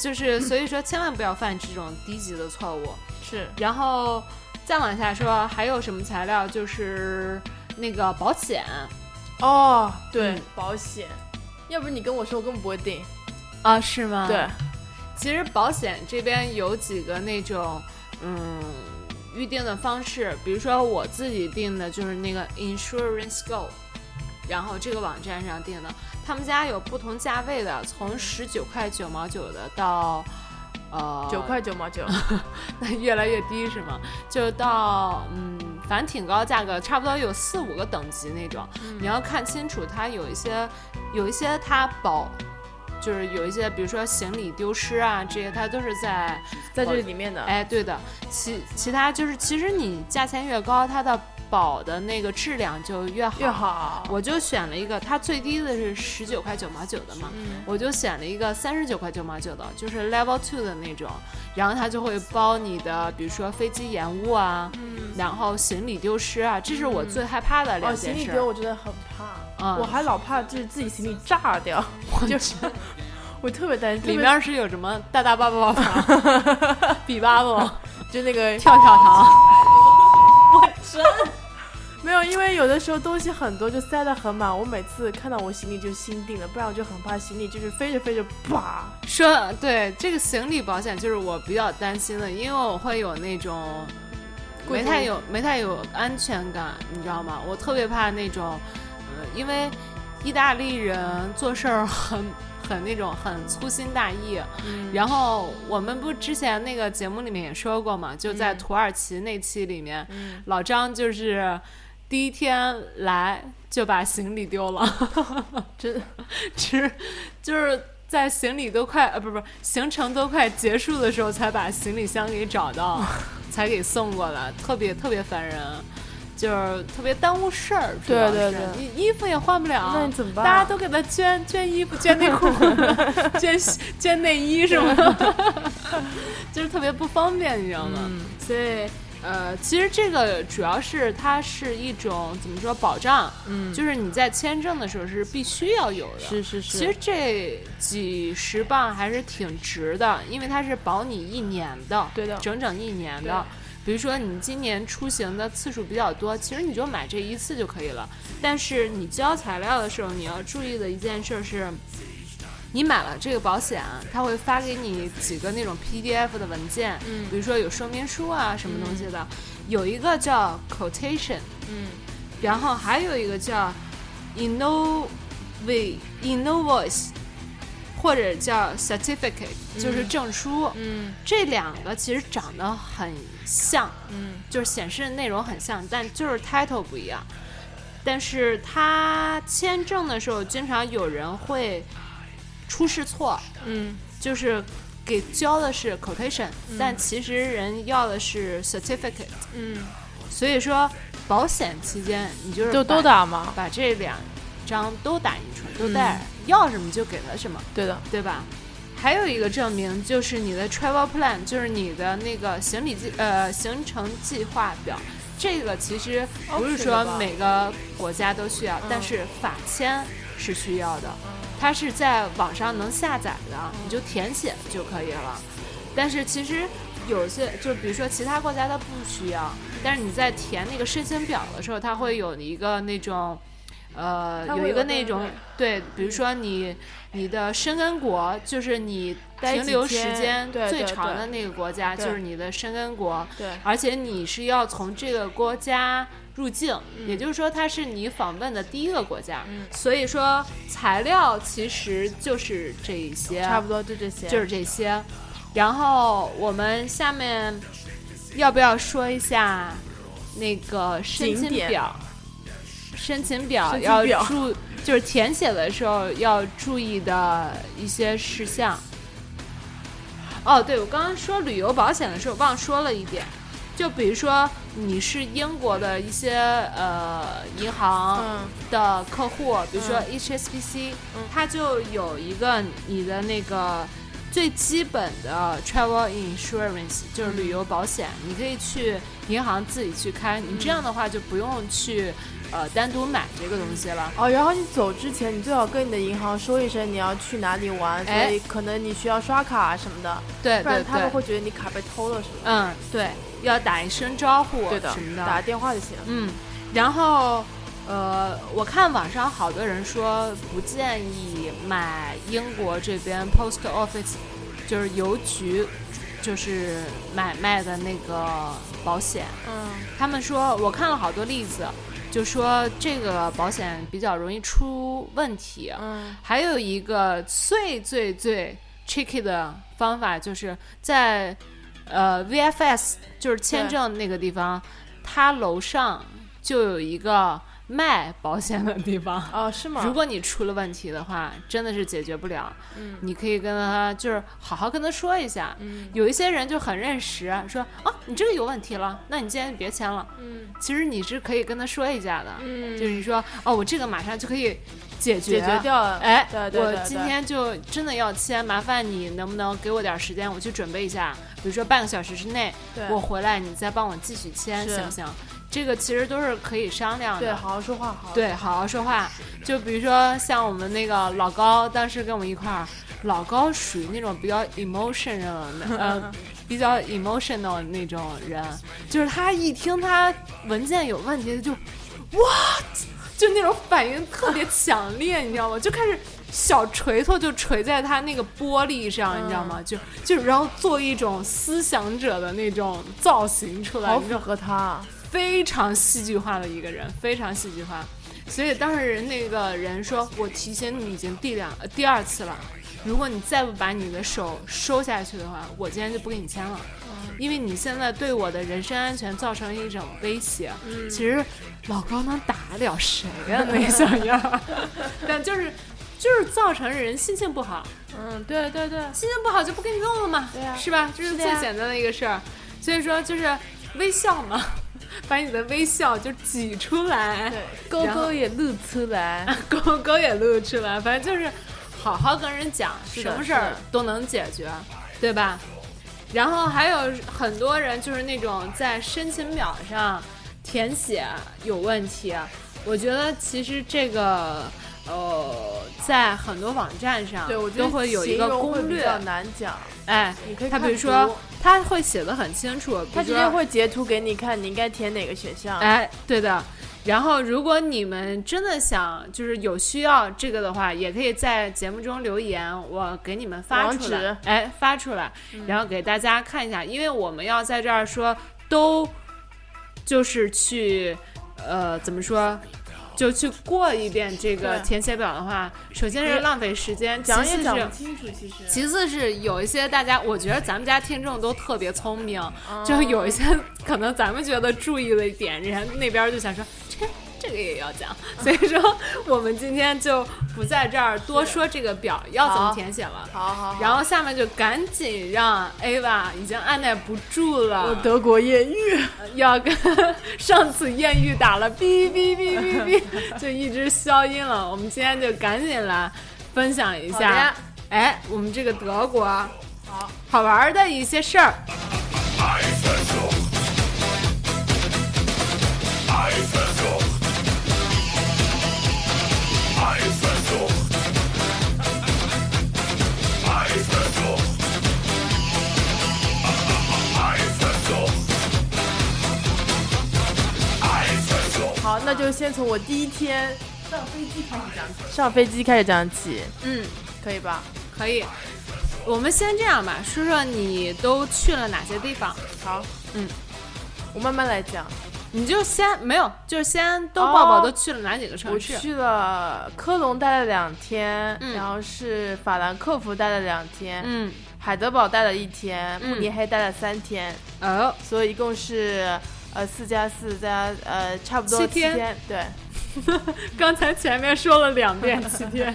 A: 就是所以说千万不要犯这种低级的错误。
B: 是
A: 然后再往下说还有什么材料，就是那个保险。
B: 哦，对
A: 嗯，
B: 保险。要不你跟我说，我根本不会订。
A: 啊，是吗
B: 对，
A: 其实保险这边有几个那种，嗯，预定的方式，比如说我自己定的就是那个 Insurance Go，然后这个网站上定的，他们家有不同价位的，从十九块九毛九的到。呃，
B: 九块九毛九，
A: 那 越来越低是吗？就到嗯，反正挺高价格，差不多有四五个等级那种。你要看清楚，它有一些，有一些它保，就是有一些，比如说行李丢失啊这些，它都是在
B: 在这里面的。
A: 哎对的。其其他就是，其实你价钱越高，它的保的那个质量就越好。
B: 越好，
A: 我就选了一个，它最低的是十九块九毛九的嘛，
B: 嗯
A: 我就选了一个三十九块九毛九的，就是 Level Two 的那种，然后它就会包你的，比如说飞机延误啊，
B: 嗯
A: 然后行李丢失啊，这是我最害怕的
B: 哦，
A: 两
B: 行
A: 件
B: 李
A: 事。
B: 丢我真的很怕，
A: 嗯
B: 我还老怕就是自己行李炸掉，就是 我特别担心。
A: 里面是有什么大大巴巴巴比巴巴
B: 特别就那个
A: 跳跳糖，
B: 没有，因为有的时候东西很多，就塞得很满。我每次看到我行李就心定了，不然我就很怕行李就是飞着飞着，啪！
A: 说对这个行李保险，就是我比较担心的，因为我会有那种
B: 贵
A: 没
B: 妇
A: 太有没太有安全感，你知道吗？我特别怕那种，呃，因为意大利人做事儿很很那种很粗心大意，
B: 嗯
A: 然后我们不之前那个节目里面也说过嘛，就在
B: 嗯
A: 土耳其那期里面，
B: 嗯
A: 老张就是第一天来就把行李丢了，
B: 真
A: 只就是在行李都快呃不是不是行程都快结束的时候才把行李箱给找 到，才给送过来，特别特别烦人，就是特别耽误事儿，主
B: 对
A: 要
B: 对
A: 是
B: 对
A: 你衣服也换不了，
B: 那你怎么办？
A: 大家都给他捐捐衣服、 捐内 裤、捐捐内衣什么的， 就是特别不方便，你知道吗？
B: 嗯
A: 所以呃，其实这个主要是它是一种怎么说保障，
B: 嗯，
A: 就是你在签证的时候是必须要有的。
B: 是是是，
A: 其实这几十磅还是挺值的，因为它是保你一年的，
B: 对的
A: 整整一年
B: 对
A: 的。比如说你今年出行的次数比较多，其实你就买这一次就可以了。但是你交材料的时候，你要注意的一件事是，你买了这个保险，它会发给你几个那种 PDF 的文件，
B: 嗯
A: 比如说有说明书啊什么东西的，有一个叫 quotation，
B: 嗯
A: 然后还有一个叫 innov innovoice，或者叫 certificate，、就是证书。
B: 嗯
A: 这两个其实长得很像，
B: 嗯
A: 就是显示的内容很像，但就是 title 不一样。但是它签证的时候，经常有人会出试错，
B: 嗯
A: 就是给交的是 quotation，、但其实人要的是 certificate。
B: 嗯，
A: 所以说，保险期间你就是
B: 就
A: 把
B: 都打嘛，
A: 把这两张都打印出来，都
B: 嗯
A: 带，要什么就给他什么，
B: 对的，
A: 对吧？还有一个证明就是你的 travel plan，就是你的那个行李计呃行程计划表。这个其实不
B: Option
A: 是
B: 哦的
A: 说
B: 吧嗯
A: 每个国家都需要，但是法签是需要的，它是在网上能下载的，你就填写就可以了。但是其实有些，就比如说其他国家它不需要，但是你在填那个申请表的时候，它会有一个那种，呃，
B: 它会
A: 有一
B: 有
A: 个
B: 对
A: 那
B: 对
A: 种对，比如说你你的申根国，就是你
B: 待
A: 停
B: 几
A: 留时
B: 天
A: 间
B: 对
A: 最
B: 对
A: 长
B: 对
A: 的那个国家就
B: 嗯对
A: 是你的申根国，
B: 对，
A: 而且你是要从这个国家入境，也就是说它是你访问的第一个国家，
B: 嗯
A: 所以说材料其实就是这一些，啊
B: 差不多就这些，
A: 就是这些。然后我们下面要不要说一下那个申
B: 景
A: 请
B: 点
A: 表？申请表
B: 申请
A: 要
B: 表
A: 注，就是填写的时候要注意的一些事项。哦，对，我刚刚说旅游保险的时候忘说了一点，就比如说你是英国的一些呃银行，
B: 嗯
A: 的客户，比如说
B: 嗯
A: HSBC，、
B: 嗯
A: 它就有一个你的那个最基本的 travel insurance，就是
B: 嗯
A: 旅游保险，你可以去银行自己去开，你
B: 嗯
A: 这样的话就不用去呃单独买这个东西了。
B: 哦，然后你走之前，你最好跟你的银行说一声你要去哪里玩，所
A: 哎
B: 以可能你需要刷卡啊什么的，
A: 对
B: 不然
A: 对
B: 他们
A: 对，
B: 会觉得你卡被偷了什么的。
A: 嗯，对，要打一声招呼
B: 对的
A: 什么，的，
B: 打个电话就行。
A: 嗯，然后呃，我看网上好多人说不建议买英国这边 post office，就是邮局，就是买卖的那个保险。
B: 嗯
A: 他们说，我看了好多例子，就说这个保险比较容易出问题。
B: 嗯
A: 还有一个最最最 tricky 的方法，就是在呃 VFS 就是签证那个地方，它楼上就有一个卖保险的地方。
B: 哦，是吗？
A: 如果你出了问题的话，真的是解决不了。
B: 嗯
A: 你可以跟他就是好好跟他说一下。
B: 嗯
A: 有一些人就很认实，说啊，你这个有问题了，那你今天别签了。
B: 嗯
A: 其实你是可以跟他说一下的，
B: 嗯
A: 就是你说哦，我这个马上就可以解
B: 解
A: 决
B: 决掉了。
A: 哎，
B: 对对对
A: 我今天就真的要签，麻烦你能不能给我点儿时间，我去准备一下，比如说半个小时之内，
B: 对
A: 我回来你再帮我继续签，
B: 是
A: 行不行？这个其实都是可以商量
B: 嗯对，
A: 的。
B: 好好说话，好好。
A: 对，好好说话。就比如说像我们那个老高，当时跟我们一块儿，老高属于那种比较 emotional 的， 呃，比较 emotional 那种人，就是他一听他文件有问题，他就就那种反应特别强烈，你知道吗？就开始小锤头就锤在他那个玻璃上，你知道
B: 嗯
A: 吗？就就然后做一种思想者的那种造型出来，
B: 好
A: 你知
B: 符
A: 道，
B: 合他啊，
A: 非常戏剧化的一个人，非常戏剧化。所以当时人那个人说：“我提醒你已经第两呃第二次了，如果你再不把你的手收下去的话，我今天就不给你签了，因为你现在对我的人身安全造成一种威胁。其实老高能打得了谁呀、那小样儿？ 但就是就是造成人心情不好，
B: 嗯，对对对，
A: 心情不好就不给你弄了嘛，
B: 对啊
A: 是吧？这是
B: 是
A: 最
B: 的呀
A: 简单的一个事儿。所以说就是微笑嘛， 把你的微笑就挤出来，
B: 对，勾
A: 然后
B: 勾也露出来，
A: 狗狗也露出来，反正就是好好跟人讲，
B: 是
A: 什
B: 的
A: 么事儿
B: 是的
A: 都能解决，对吧？然后还有很多人就是那种在申请表上填写有问题，我觉得其实这个呃，在很多网站 上
B: 对我觉得
A: 都会有一个
B: 形容会
A: 攻
B: 比
A: 略，
B: 较难讲，
A: 哎，
B: 你可以
A: 他比
B: 看
A: 如说
B: 图，
A: 他会写的很清楚，
B: 他
A: 比
B: 直
A: 如
B: 接
A: 说
B: 会截图给你看，你应该填哪个选项，
A: 哎，对的。然后，如果你们真的想就是有需要这个的话，也可以在节目中留言，我给你们发
B: 网
A: 出来
B: 址，嗯
A: 哎，发出来，然后给大家看一下，因为我们要在这儿说都，就是去，呃，怎么说？就去过一遍这个
B: 对
A: 填写表的话，首先是
B: 你
A: 浪费时间，其
B: 讲也
A: 次
B: 讲
A: 是
B: 不清楚，其实
A: 其次是有一些大家，我觉得咱们家听众都特别聪明，
B: 哦
A: 就是有一些可能咱们觉得注意了一点，人家那边就想说这这个也要讲，
B: 嗯
A: 所以说我们今天就不在这儿多说这个表要怎么
B: 好
A: 填写了。
B: 好 好，
A: 然后下面就赶紧让 Ava 已经按耐不住
B: 我
A: 了，
B: 德国艳遇，
A: 要跟上次艳遇打了哔哔哔哔 哔，就一直消音了。我们今天就赶紧来分享一
B: 好的
A: 下
B: 呀，
A: 哎，我们这个德国
B: 好
A: 好玩儿的一些事儿。
C: Eifersucht. Eifersucht. Eifersucht. Eifersucht. Eifersucht. Eifersucht.
B: 好，那就先从我第一天上飞机开始讲起，上飞机开始讲起，
A: 嗯，
B: 可以吧？
A: 可以。我们先这样吧，说说你都去了哪些地方？
B: 好，
A: 嗯，
B: 我慢慢来讲。
A: 你就先没有，就是先都抱抱
B: 哦
A: 都去了哪几个城
B: 我
A: 市？
B: 去了科隆待了两天，
A: 嗯
B: 然后是法兰克福待了两天，
A: 嗯，
B: 海德堡待了一天，
A: 嗯
B: 慕尼黑待了三天，
A: 哦，
B: 所以一共是呃四加四加呃差不多
A: 七
B: 七
A: 天
B: 对，
A: 刚才前面说了两遍七天，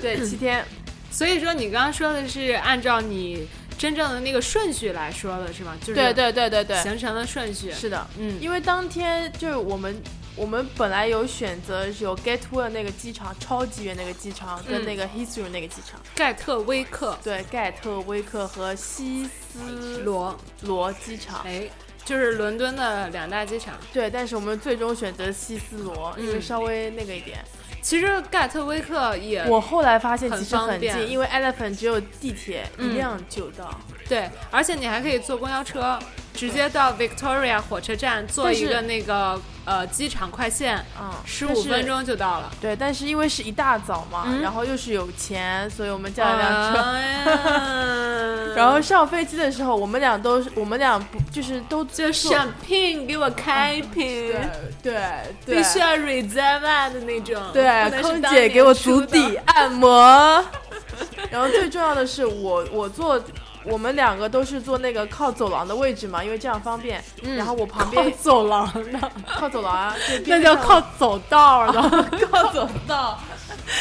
B: 对，七天，
A: 所以说你刚刚说的是按照你真正的那个顺序来说的是吗？就是
B: 对对对对对，
A: 行程的顺序。
B: 是的，
A: 嗯
B: 因为当天就是我们。我们本来有选择有 Gatwick 那个机场，超级远那个机场，跟
A: 嗯
B: 那个 Heathrow 那个机场，
A: 盖特威克
B: 对，盖特威克和希斯
A: 罗，
B: 罗机场。
A: 哎，就是伦敦的两大机场。
B: 对，但是我们最终选择西斯罗，
A: 嗯
B: 因为稍微那个一点。
A: 其实盖特威克也
B: 我后来发现其实
A: 呃很方
B: 很
A: 便
B: 近，因为 Elephant 只有地铁一
A: 嗯
B: 辆就到。
A: 对，而且你还可以坐公交车，直接到 Victoria 火车站坐
B: 但
A: 一
B: 是
A: 个那个呃机场快线，
B: 嗯，
A: 十
B: 但
A: 五
B: 是
A: 分。钟就到了。
B: 对，但是因为是一大早嘛，
A: 嗯啊
B: 然后又是有钱，所以我们叫了辆车。
A: 哎 车
B: 然后上飞机的时候，我们俩都是，我们俩不就是都坐
A: 就闪屏给我开屏，
B: 对对对，
A: 必须要 reserve 的那种。不能
B: 对，
A: 是
B: 空
A: 当
B: 姐
A: 年
B: 给我足
A: 出的
B: 底。按摩。然后最重要的是我，我坐，我们两个都是坐那个靠走廊的位置嘛，因为这样方便。然后我旁
A: 嗯靠
B: 边
A: 走廊的，
B: 靠走廊啊，就边
A: 那叫
B: 上
A: 靠走 道的。
B: 靠走道。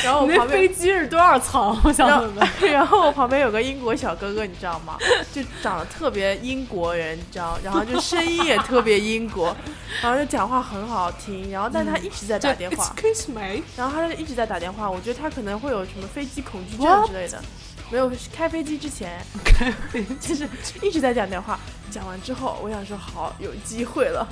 B: 然后 我
A: 你那
B: 旁
A: 飞
B: 边，
A: 机是多少层？我想
B: 然
A: 问问。
B: 后然后我旁边有个英国小哥哥，你知道吗？就长得特别英国人，你知道，然后就声音也特别英国， 然后就讲话很好听，然后但他一直在打电 话。
A: Excuse me。
B: 然后他就一直在打电话，我觉得他可能会有什么飞机恐惧症
A: What？
B: 之类的。没有开飞机之前，就是一直在讲电话。讲完之后，我想说好有机会了，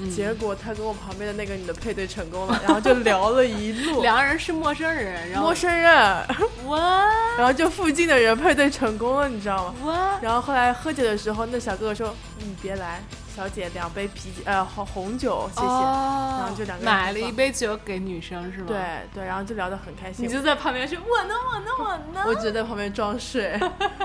A: 嗯
B: 结果他跟我旁边的那个女的配对成功了，然后就聊了一路。
A: 两个人是陌生人，然后
B: 陌生人，
A: 哇
B: 然后就附近的人配对成功了，你知道吗？
A: 哇，
B: 然后后来喝酒的时候，那小哥哥说：“你别来，小姐两杯啤酒，呃红红酒，谢谢。
A: 哦
B: 然后就两个人
A: 买了
B: 喝
A: 一杯酒给女生是吗？，
B: 对对，然后就聊得很开心。
A: 你就在旁边说我呢我呢我呢，
B: 我只在旁边装睡。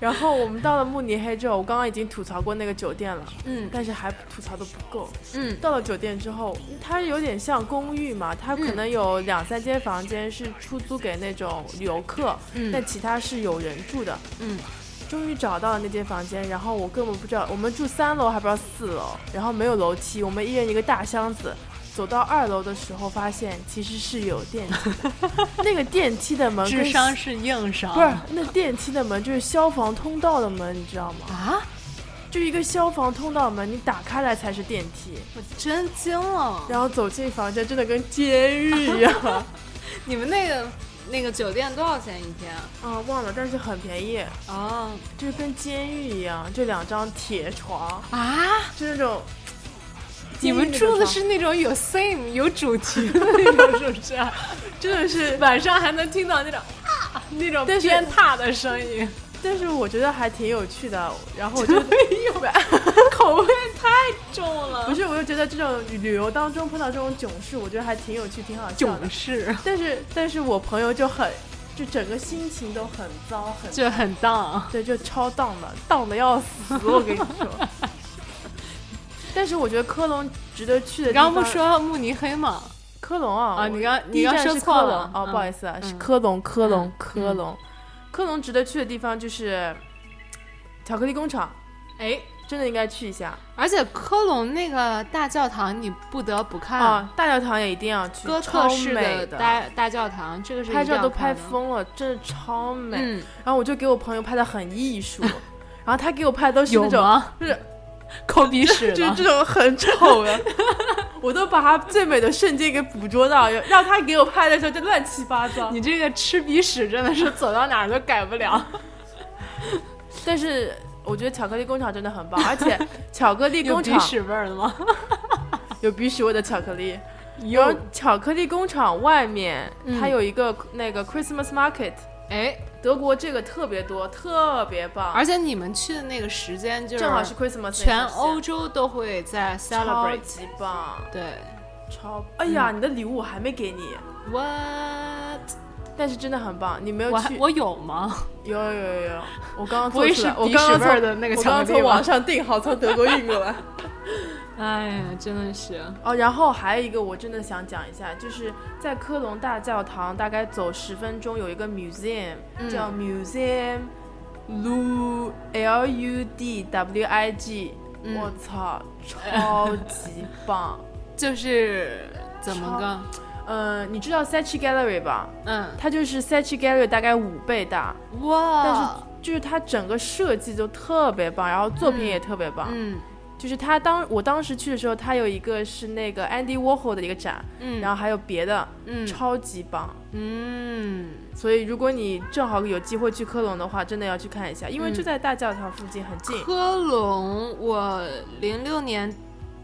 B: 然后我们到了慕尼黑之后，我刚刚已经吐槽过那个酒店了，
A: 嗯
B: 但是还吐槽的不够。
A: 嗯
B: 到了酒店之后，它有点像公寓嘛，它
A: 嗯
B: 可能有两三间房间是出租给那种游客，
A: 嗯
B: 但其他是有人住的。
A: 嗯，
B: 终于找到了那间房间，然后我根本不知道，我们住三楼还不知道四楼，然后没有楼梯，我们一人一个大箱子。走到二楼的时候，发现其实是有电梯的，那个电梯的门
A: 智
B: 跟
A: 商是硬伤，
B: 不是，那电梯的门就是消防通道的门，你知道吗？
A: 啊？
B: 就一个消防通道门，你打开来才是电梯，
A: 我真惊了！
B: 然后走进房间真的跟监狱一样。
A: 你们那个那个酒店多少钱一天啊？
B: 啊，忘了，但是很便宜，
A: 哦
B: 就是跟监狱一样，就两张铁床，
A: 啊！
B: 就那种。
A: 你
B: 监狱
A: 们
B: 那
A: 住
B: 种
A: 的
B: 床
A: 是那种有 theme 有主题的那 种，是不是？
B: 真的是，
A: 晚上还能听到那种啊那种
B: 但是
A: 鞭挞的声音，
B: 但是我觉得还挺有趣的。然后我 就
A: 口味太重了。
B: 不是，我就觉得这种旅游当中碰到这种囧事，我觉得还挺有趣，挺好笑的
A: 囧。事
B: 但是，但是我朋友就很，就整个心情都很糟，很
A: 就很荡，
B: 对，就超荡的，荡的要死，我跟你 说。但是我觉得科隆值得去的
A: 你
B: 地方，
A: 刚不说慕尼黑吗？
B: 科隆啊？
A: 啊
B: 我
A: 你刚
B: 第一
A: 你刚
B: 站
A: 说
B: 是
A: 错
B: 科
A: 了
B: 隆哦，
A: 嗯
B: 不好意思啊，是
A: 嗯
B: 科隆，科隆
A: 嗯，
B: 科隆，科隆值得去的地方就是巧克力工厂，
A: 哎，
B: 真的应该去一下
A: 而且科隆那个大教堂你不得不看，
B: 啊！大教堂也一定要去，
A: 哥
B: 超
A: 特式
B: 美的，
A: 大大教堂，这个是一
B: 拍
A: 定
B: 照
A: 要
B: 都拍
A: 看的。
B: 疯了，真的超美。
A: 嗯，
B: 然后我就给我朋友拍的很艺 术，然后他给我拍的都是
A: 有
B: 那种
A: 吗？
B: 就是
A: 抠鼻屎
B: 就是
A: 了
B: 这种 很丑的，我都把他最美的瞬间给捕捉到，让他给我拍的时候就乱七八糟。
A: 你这个吃鼻屎真的是走到哪儿都改不 了。
B: 但是我觉得巧克力工厂真的很棒，而 且巧克力工厂
A: 有鼻屎味儿了吗？
B: 有鼻屎味的巧克力。
A: 有
B: 然后巧克力工厂外面、
A: 嗯
B: 它有一个那个 Christmas Market，
A: 哎，
B: 德国这个特别多，特别棒，
A: 而且你们去的那个时间就是
B: 正好是 Christmas 那
A: 全
B: 条线
A: 欧洲都会在
B: 超
A: celebrate。嗯
B: 级棒，
A: 对
B: 超哎呀，你的礼物我还没给你，
A: ，what？
B: 但是真的很棒，你没有
A: 我还
B: 去。
A: 我有吗？
B: 有有有有，我刚刚
A: 不
B: 做
A: 会
B: 出
A: 是
B: 来，我
A: 鼻
B: 刚
A: 屎
B: 刚
A: 味儿
B: 从
A: 的那个
B: 我
A: 巧
B: 刚
A: 克
B: 刚
A: 力
B: 从
A: 吗
B: 网上订好，从德国运过 来。
A: 哎呀，真的是，
B: 哦，然后还有一个我真的想讲一下，就是在科隆大教堂大概走十分钟有一个 museum，、
A: 嗯
B: 叫 museum lu l u d w i g，、
A: 嗯
B: 我操，超级 棒。
A: 就是怎么个？
B: 嗯，你知道 Sachi Gallery 吧？
A: 嗯，
B: 它就是 Sachi Gallery 大概五倍大，但是
A: 哇，
B: 就是它整个设计就特别棒，然后作品也特别棒。
A: 嗯
B: 就是他当我当时去的时候，他有一个是那个 Andy Warhol 的一个展，
A: 嗯，
B: 然
A: 后
B: 后还有别的，
A: 嗯
B: 超级棒。
A: 嗯，
B: 所以如果你正好有机会去科隆的话，真的要去看一下，因为
A: 嗯
B: 就在大教堂附近，很近。
A: 科隆，我零六年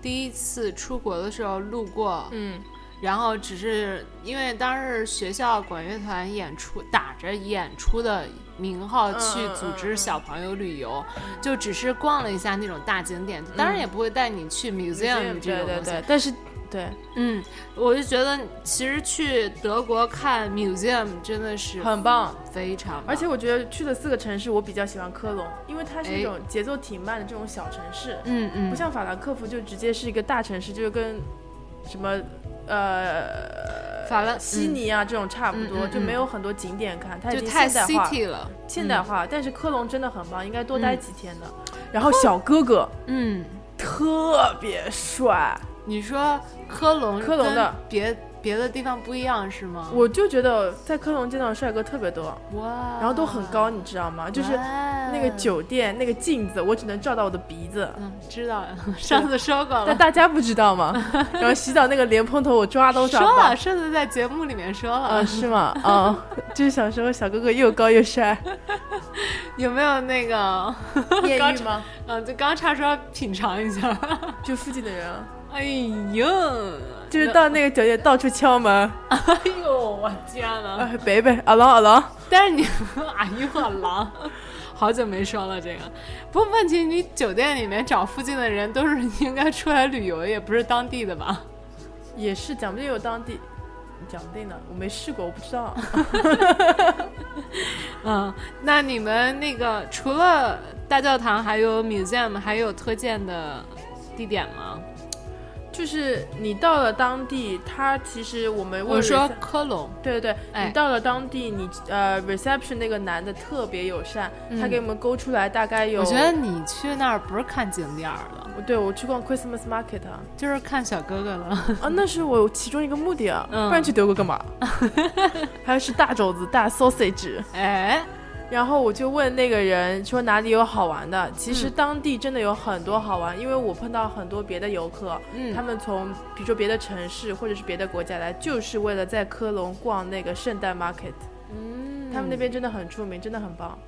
A: 第一次出国的时候路过，
B: 嗯
A: 然后只是因为当时学校管乐团演出打着演出的名
B: 嗯
A: 号去组织小朋友旅游，就只是逛了一下那种大景点，当然也不会带你去 museum
B: 对
A: 这种
B: 对
A: 东西。
B: 对，但是对
A: 嗯，我就觉得其实去德国看 museum 真的是
B: 很棒。
A: 非常棒，
B: 而且我觉得去了四个城市，我比较喜欢科隆，因为它是
A: 哎
B: 一种节奏挺慢的这种小城市，
A: 嗯嗯，
B: 不像法兰克福就直接是一个大城市，就跟什么呃
A: 法兰
B: 悉尼啊这种差不多，
A: 嗯嗯嗯嗯
B: 就没有很多景点看，它
A: 嗯、
B: 已
A: 就
B: 经
A: 太
B: 现代化了
A: city 了，
B: 现代化，但是科隆真的很棒，应该多待几天的。然后小哥哥
A: 嗯。
B: 特别帅，
A: 你说科隆
B: 科隆
A: 跟
B: 的
A: 别别的地方不一样是吗？
B: 我就觉得在科隆见到的帅哥特别多，
A: 哇，
B: 然后都很高，，你知道吗？就是
A: 那
B: 那个，酒店那个镜子，我只能照到我的鼻子，
A: 嗯，知 道了，上次说过
B: 但
A: 了，
B: 大家不知道 吗？然后洗澡那个莲蓬头我抓都抓
A: 说
B: 不到
A: 了，。上次在节目里面说了，
B: 啊，是吗？ 啊，就是小时候小哥哥又高又帅，
A: 有没有那个，
B: 艳遇吗？
A: 嗯，就刚差说品尝一下，
B: 就附近的人啊，
A: 哎呦，
B: 就是到那个酒店到处敲门，
A: 哎呦，我天呐！
B: 呃 哎，北北，阿郎阿郎，
A: 但是你，哎呦，狼，好久没说了这个。不过问题，你酒店里面找附近的人都是应该出来旅游，也不是当地的吧？
B: 也是讲不定有当地，讲不定呢，我没试过，我不知道。
A: 嗯，那你们那个除了大教堂，还有 museum，还有推荐的地点吗？
B: 就是你到了当地，它其实我们为
A: 我说
B: 了
A: 科隆，
B: 对对对，
A: 哎
B: 你到了当地，你呃 reception 那个男的特别友善，他给我们勾出来大概有，
A: 嗯我觉得你去那儿不是看景点儿了，
B: 对我去逛 Christmas market 啊，
A: 就是看小哥哥了。
B: 啊，那是我其中一个目的啊，
A: 嗯
B: 不然去德国干嘛？还是大肘子、大 sausage。
A: 哎，
B: 然后我就问那个人说哪里有好玩的，其
A: 嗯
B: 实当地真的有很多好玩，因为我碰到很多别的游客，
A: 嗯
B: 他们从比如说别的城市或者是别的国家来，就是为了在科隆逛那个圣诞 market，、
A: 嗯
B: 他们那边真的很出名，真的很棒。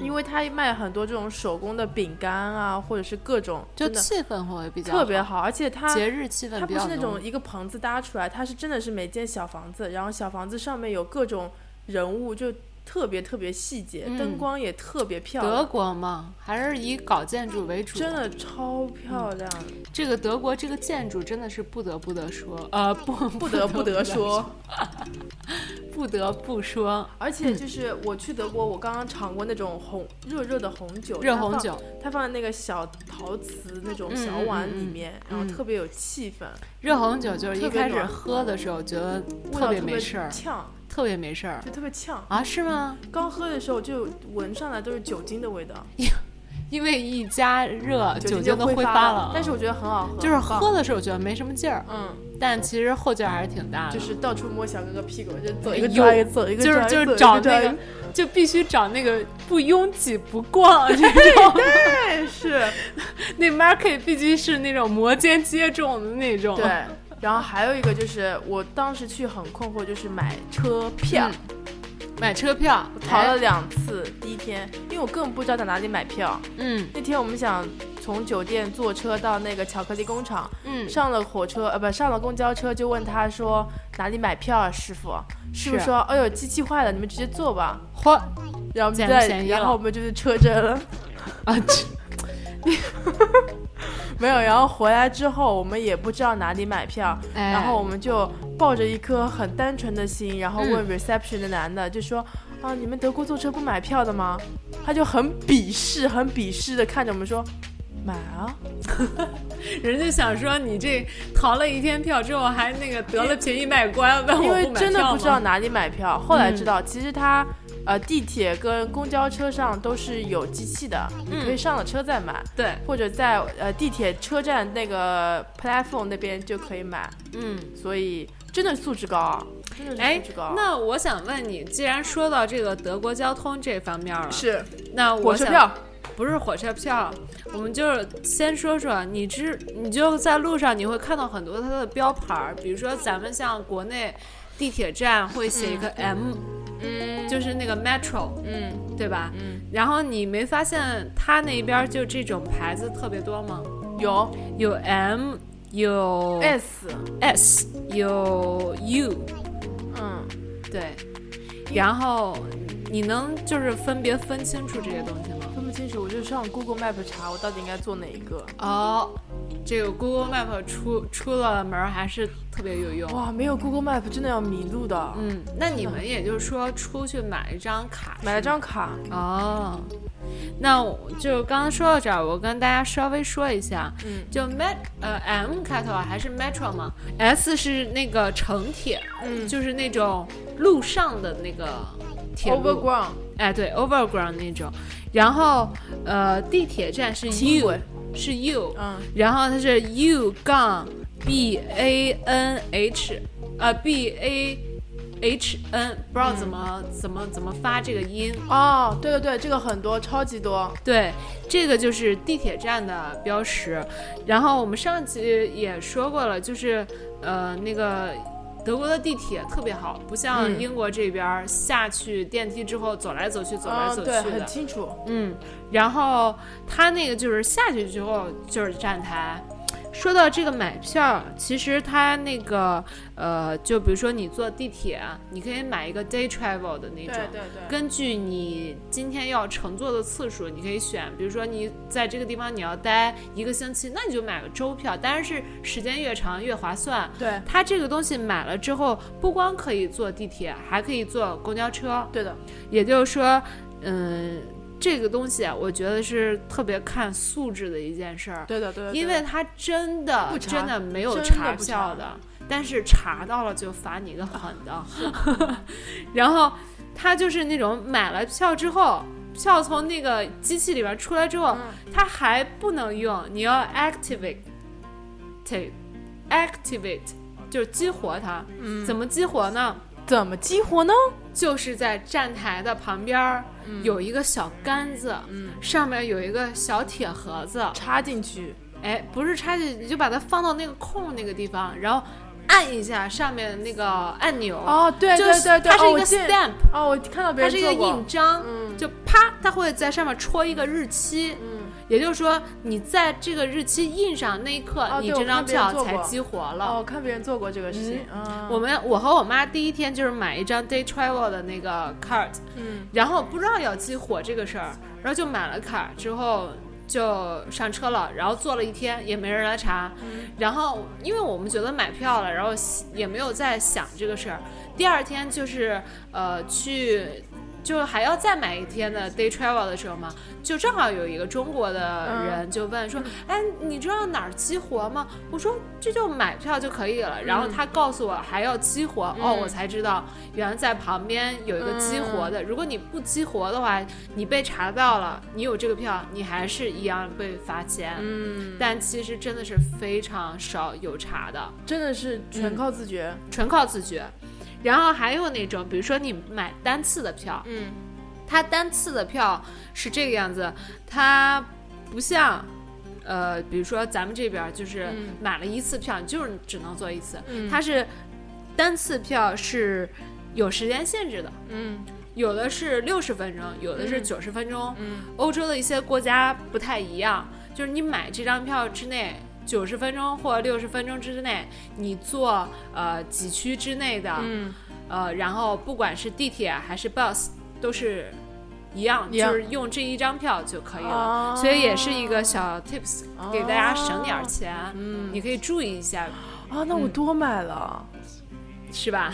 B: 因为他卖很多这种手工的饼干啊，或者是各种，
A: 就
B: 真的
A: 气氛会比较
B: 特别好，而且他
A: 节日气氛
B: 它
A: 比
B: 不
A: 较
B: 是那
A: 浓
B: 种一个棚子搭出来，它是真的是每间小房子，然后小房子上面有各种人物，就特别特别细节，灯
A: 嗯
B: 光也特别漂
A: 德
B: 亮，
A: 国嘛，还是以搞建筑为主。
B: 真的超
A: 嗯
B: 漂亮，
A: 这个德国这个建筑真的是不得不得说，呃，不
B: 不
A: 不
B: 得不
A: 不
B: 得
A: 得
B: 说，。
A: 不得不说，
B: 而且就是我去德国，我刚刚尝过那种红热热的红酒，
A: 热
B: 它
A: 红
B: 放
A: 酒，
B: 它放在那个小陶瓷那种小
A: 嗯嗯
B: 碗里
A: 嗯
B: 面，然后
A: 嗯
B: 特别有气氛，
A: 热红酒就是一
B: 特别
A: 开始
B: 暖
A: 喝的时候觉得
B: 味
A: 特
B: 道
A: 别
B: 特
A: 没
B: 别
A: 事儿，
B: 呛，
A: 特别没事儿
B: 就特别呛。
A: 啊？是吗？
B: 刚喝的时候就闻上来都是酒精的味道，
A: 因为一加热，酒
B: 嗯精
A: 精都
B: 挥
A: 挥
B: 发
A: 了，
B: 但是我觉得很好喝，
A: 就是
B: 很棒
A: 喝的时候觉得没什么劲儿，
B: 嗯，
A: 但其实后劲儿还是挺大的。
B: 就是到处摸小哥哥屁股，就走
A: 嗯哎
B: 一个
A: 呦
B: 抓一个，走一个
A: 就是
B: 抓一
A: 就
B: 个
A: 是
B: 走
A: 找
B: 一抓
A: 那
B: 一
A: 个，就必须找那个不拥挤不 逛这种，
B: 对哎 是，
A: 那 market 必须是那种摩肩接踵的那种。
B: 对，。然后还有一个就是，我当时去很困惑，就是买车票，
A: 买车票，
B: 逃了
A: 嗯哎，
B: 两次。第一天，因为我根本不知道在哪里买票。
A: 嗯
B: 那天我们想从酒店坐车到那个巧克力工厂，
A: 嗯，
B: 上了火车，呃，不上了公交车，就问他说哪里买票啊，师傅？师傅
A: 是
B: 说，哎呦，机器坏了，你们直接坐吧。
A: 嚯
B: 然后我们
A: 捡
B: 再，
A: 便宜
B: 然
A: 了
B: 后我们就是车震了。
A: 啊，这
B: 没有，然后回来之后，我们也不知道哪里买票，
A: 哎嗯
B: 然后我们就抱着一颗很单纯的心，然后问 reception 的男的，就说啊，你们德国坐车不买票的吗？他就很鄙视，很鄙视的看着我们说，买啊，
A: 人家想说你这逃了一天票之后还那个得了便宜卖乖，问
B: 因
A: 我
B: 为
A: 不买
B: 真的
A: 票
B: 不知道
A: 吗嗯
B: 哪里买票。后来知道，其实他呃地铁跟公交车上都是有机器的，你
A: 嗯
B: 可以上了车再买。
A: 对，
B: 或者在呃地铁车站那个 platform 那边就可以买，
A: 嗯。
B: 所以真的素质高啊，真的是
A: 哎
B: 素质高啊。，
A: 那我想问你，既然说到这个德国交通这方面了，
B: 是
A: 那我
B: 火车
A: 想
B: 票，
A: 不是火车票，我们就是先说说，你知你就在路上你会看到很多它的标牌儿，比如说咱们像国内地铁站会写一个 M，嗯，就是那个 Metro，
B: 嗯，
A: 对吧？嗯，然后你没发现它那边就这种牌子特别多吗？
B: 有
A: 有 M，有
B: S，
A: S，有 U，
B: 嗯，
A: 对，然后你能就是分别分清楚这些东西吗？
B: 分不清楚，我就上 Google Map 查我到底应该坐哪一个。
A: 哦，这个 Google Map 出出了门儿还是特别有用。
B: 哇，没有 Google Map 真的要迷路的。
A: 嗯，那你们也就是说出去买一张卡，
B: 买了张卡，
A: 哦。那我就刚刚说到这儿，我跟大家稍微说一下，
B: 嗯，
A: 就 met 呃 M 开头啊还是 metro 嘛，S 是那个城铁，
B: 嗯
A: 就是那种路上的那个铁路
B: Overground
A: 哎，对，overground 那种。然后呃，地铁站是
B: 轻
A: U，
B: 轨
A: 是 U，
B: 嗯
A: 然后它是 U 杠 B A N H，呃 B A H N，不知道怎么、
B: 嗯
A: 怎么怎么发这个音。
B: 哦，对对对，这个很多，超级多。
A: 对，这个就是地铁站的标识。然后我们上期也说过了，就是呃那个。德国的地铁特别好，不像
B: 嗯
A: 英国这边儿、下去电梯之后走来走去、走来
B: 嗯，
A: 走去
B: 对，
A: 的，
B: 很清楚。
A: 嗯，然后他那个就是下去之后就是站台，说到这个买票，其实它那个呃，就比如说你坐地铁，你可以买一个 day travel 的
B: 对
A: 那种，
B: 对对，
A: 根据你今天要乘坐的次数，你可以选，比如说你在这个地方你要待一个星期，那你就买个周票，当然是时间越长越划算。
B: 对
A: 它这个东西买了之后，不光可以坐地铁，还可以坐公交车，
B: 对的，
A: 也就是说，嗯，这个东西啊我觉得是特别看素质的一件事儿。
B: 对的，对的，
A: 因为它真的
B: 不查
A: 真的没有
B: 真的
A: 查
B: 不
A: 效
B: 查
A: 的，但是查到了就罚你一个狠的。 然后他就是那种买了票之后，票从那个机器里边出来之后，
B: 嗯
A: 它还不能用，你要 activate，activate 就是激活它。
B: 嗯
A: 怎么激活呢？
B: 怎么激活呢？
A: 就是在站台的旁边儿
B: 嗯
A: 有一个小杆子，上面有一个小铁盒子，
B: 插进去，
A: 哎，不是插进去，你就把它放到那个空那个地方，然后按一下上面的那个按钮。
B: 哦，对
A: 就
B: 对
A: 是
B: 对对，
A: 它是
B: 哦
A: 一
B: 我
A: 个
B: 见
A: stamp，
B: 哦，我看到别
A: 它
B: 人
A: 是一个
B: 做过
A: 印章，
B: 嗯
A: 就啪，它会在上面戳一个日期。
B: 嗯，
A: 也就是说，你在这个日期印上那一刻，
B: 哦
A: 你
B: 对
A: 这
B: 我
A: 张
B: 看别人
A: 票
B: 做
A: 才
B: 过
A: 激活了。
B: 哦，我看别人做过这个事情，嗯，
A: 我们我和我妈第一天就是买一张 day travel 的那个 card，
B: 嗯，
A: 然后不知道要激活这个事儿，然后就买了卡之后就上车了，然后坐了一天也没人来查，然后因为我们觉得买票了，然后也没有再想这个事儿。第二天就是呃去。就还要再买一天的 day travel 的时候嘛，就正好有一个中国的人就问说：“哎，你知道哪儿激活吗？”我说：“这就买票就可以了。”然后他告诉我还要激活，哦，我才知道原来在旁边有一个激活的。如果你不激活的话，你被查到了，你有这个票，你还是一样被罚钱。嗯，但其实真的是非常少有查的，
B: 真的是
A: 嗯
B: 全靠自觉，
A: 纯靠自觉。然后还有那种，比如说你买单次的票，
B: 嗯，
A: 它单次的票是这个样子，它不像。呃，比如说咱们这边儿就是买了一次票，你就是只能坐一次。
B: 嗯
A: 它是单次票是有时间限制的，
B: 嗯
A: 有的是六十分钟，有的是
B: 嗯
A: 九十分钟。
B: 嗯
A: 欧洲的一些国家不太一样，就是你买这张票之内。九十分钟或六十分钟之内，你坐呃几区之内的，
B: 嗯，
A: 呃，然后不管是地铁还是 bus 都是一样，
B: 一样
A: 就是用这一张票就可以了。
B: 哦
A: 所以也是一个小 tips，、给大家省点儿钱，
B: 嗯
A: 你可以注意一下，
B: 啊，那我
A: 嗯
B: 多买了，
A: 是吧？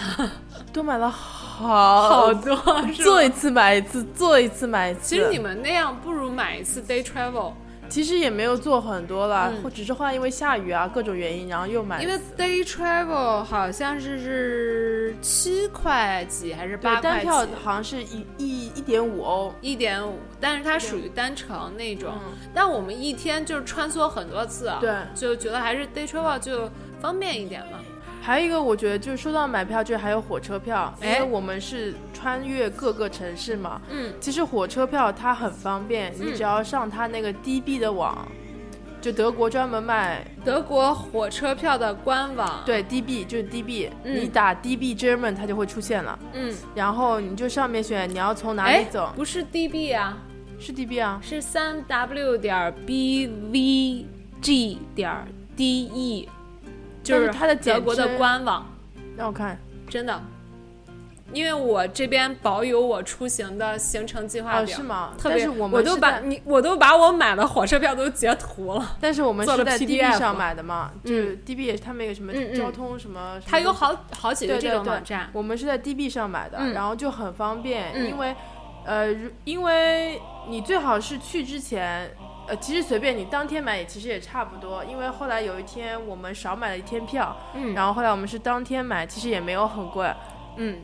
B: 多买了好
A: 多是吧
B: 做一次买一次，做一次买一次。
A: 其实你们那样不如买一次 day travel，
B: 其实也没有做很多啦，
A: 嗯
B: 或只是后来因为下雨啊各种原因，然后又买。
A: 因为 day travel 好像是是七块几还是八
B: 对单
A: 块
B: 票
A: 几？
B: 好像是一一一点五欧，
A: 一点五，但是它属于单程那种。
B: 嗯
A: 但我们一天就是穿梭很多次，啊
B: 对
A: 就觉得还是 day travel 就方便一点嘛。
B: 还有一个，我觉得就是说到买票，就是还有火车票，因
A: 哎
B: 为我们是穿越各个城市嘛。
A: 嗯，
B: 其实火车票它很方便，你只要上它那个 DB 的网，就德国专门卖
A: 德国火车票的官网，，
B: 对 DB 就是 DB，、
A: 嗯
B: 你打 DB German 它就会出现了，
A: 嗯，
B: 然后你就上面选你要从哪
A: 哎
B: 里走，，
A: 不是 DB 啊，
B: 是 DB 啊，
A: 是三 W 点 BVG 点 DE，就
B: 但是它的简
A: 德国的
B: 称
A: 官网。
B: 让我看，
A: 真的，因为我这边保有我出行的行程计划
B: 哦
A: 表，
B: 是吗？
A: 特
B: 但
A: 别
B: 是我们
A: 我都
B: 是
A: 把
B: 在，嗯
A: 你我都把我买的火车票都截图了，
B: 但是我们
A: 做
B: 是
A: 了
B: 在
A: PDF
B: DB 上买的嘛，就是 DB 也是他们一个什么
A: 嗯嗯嗯
B: 交通什么，
A: 它有
B: 好。
A: 好好几个
B: 对
A: 这
B: 对
A: 种
B: 对
A: 网站，
B: 我们是在 DB 上买的，
A: 嗯
B: 然后就很方便，
A: 嗯
B: 因为，呃，如因为你最好是去之前，呃，其实随便你当天买也其实也差不多，因为后来有一天我们少买了一天票，
A: 嗯
B: 然后后来我们是当天买，其实也没有很贵，
A: 嗯。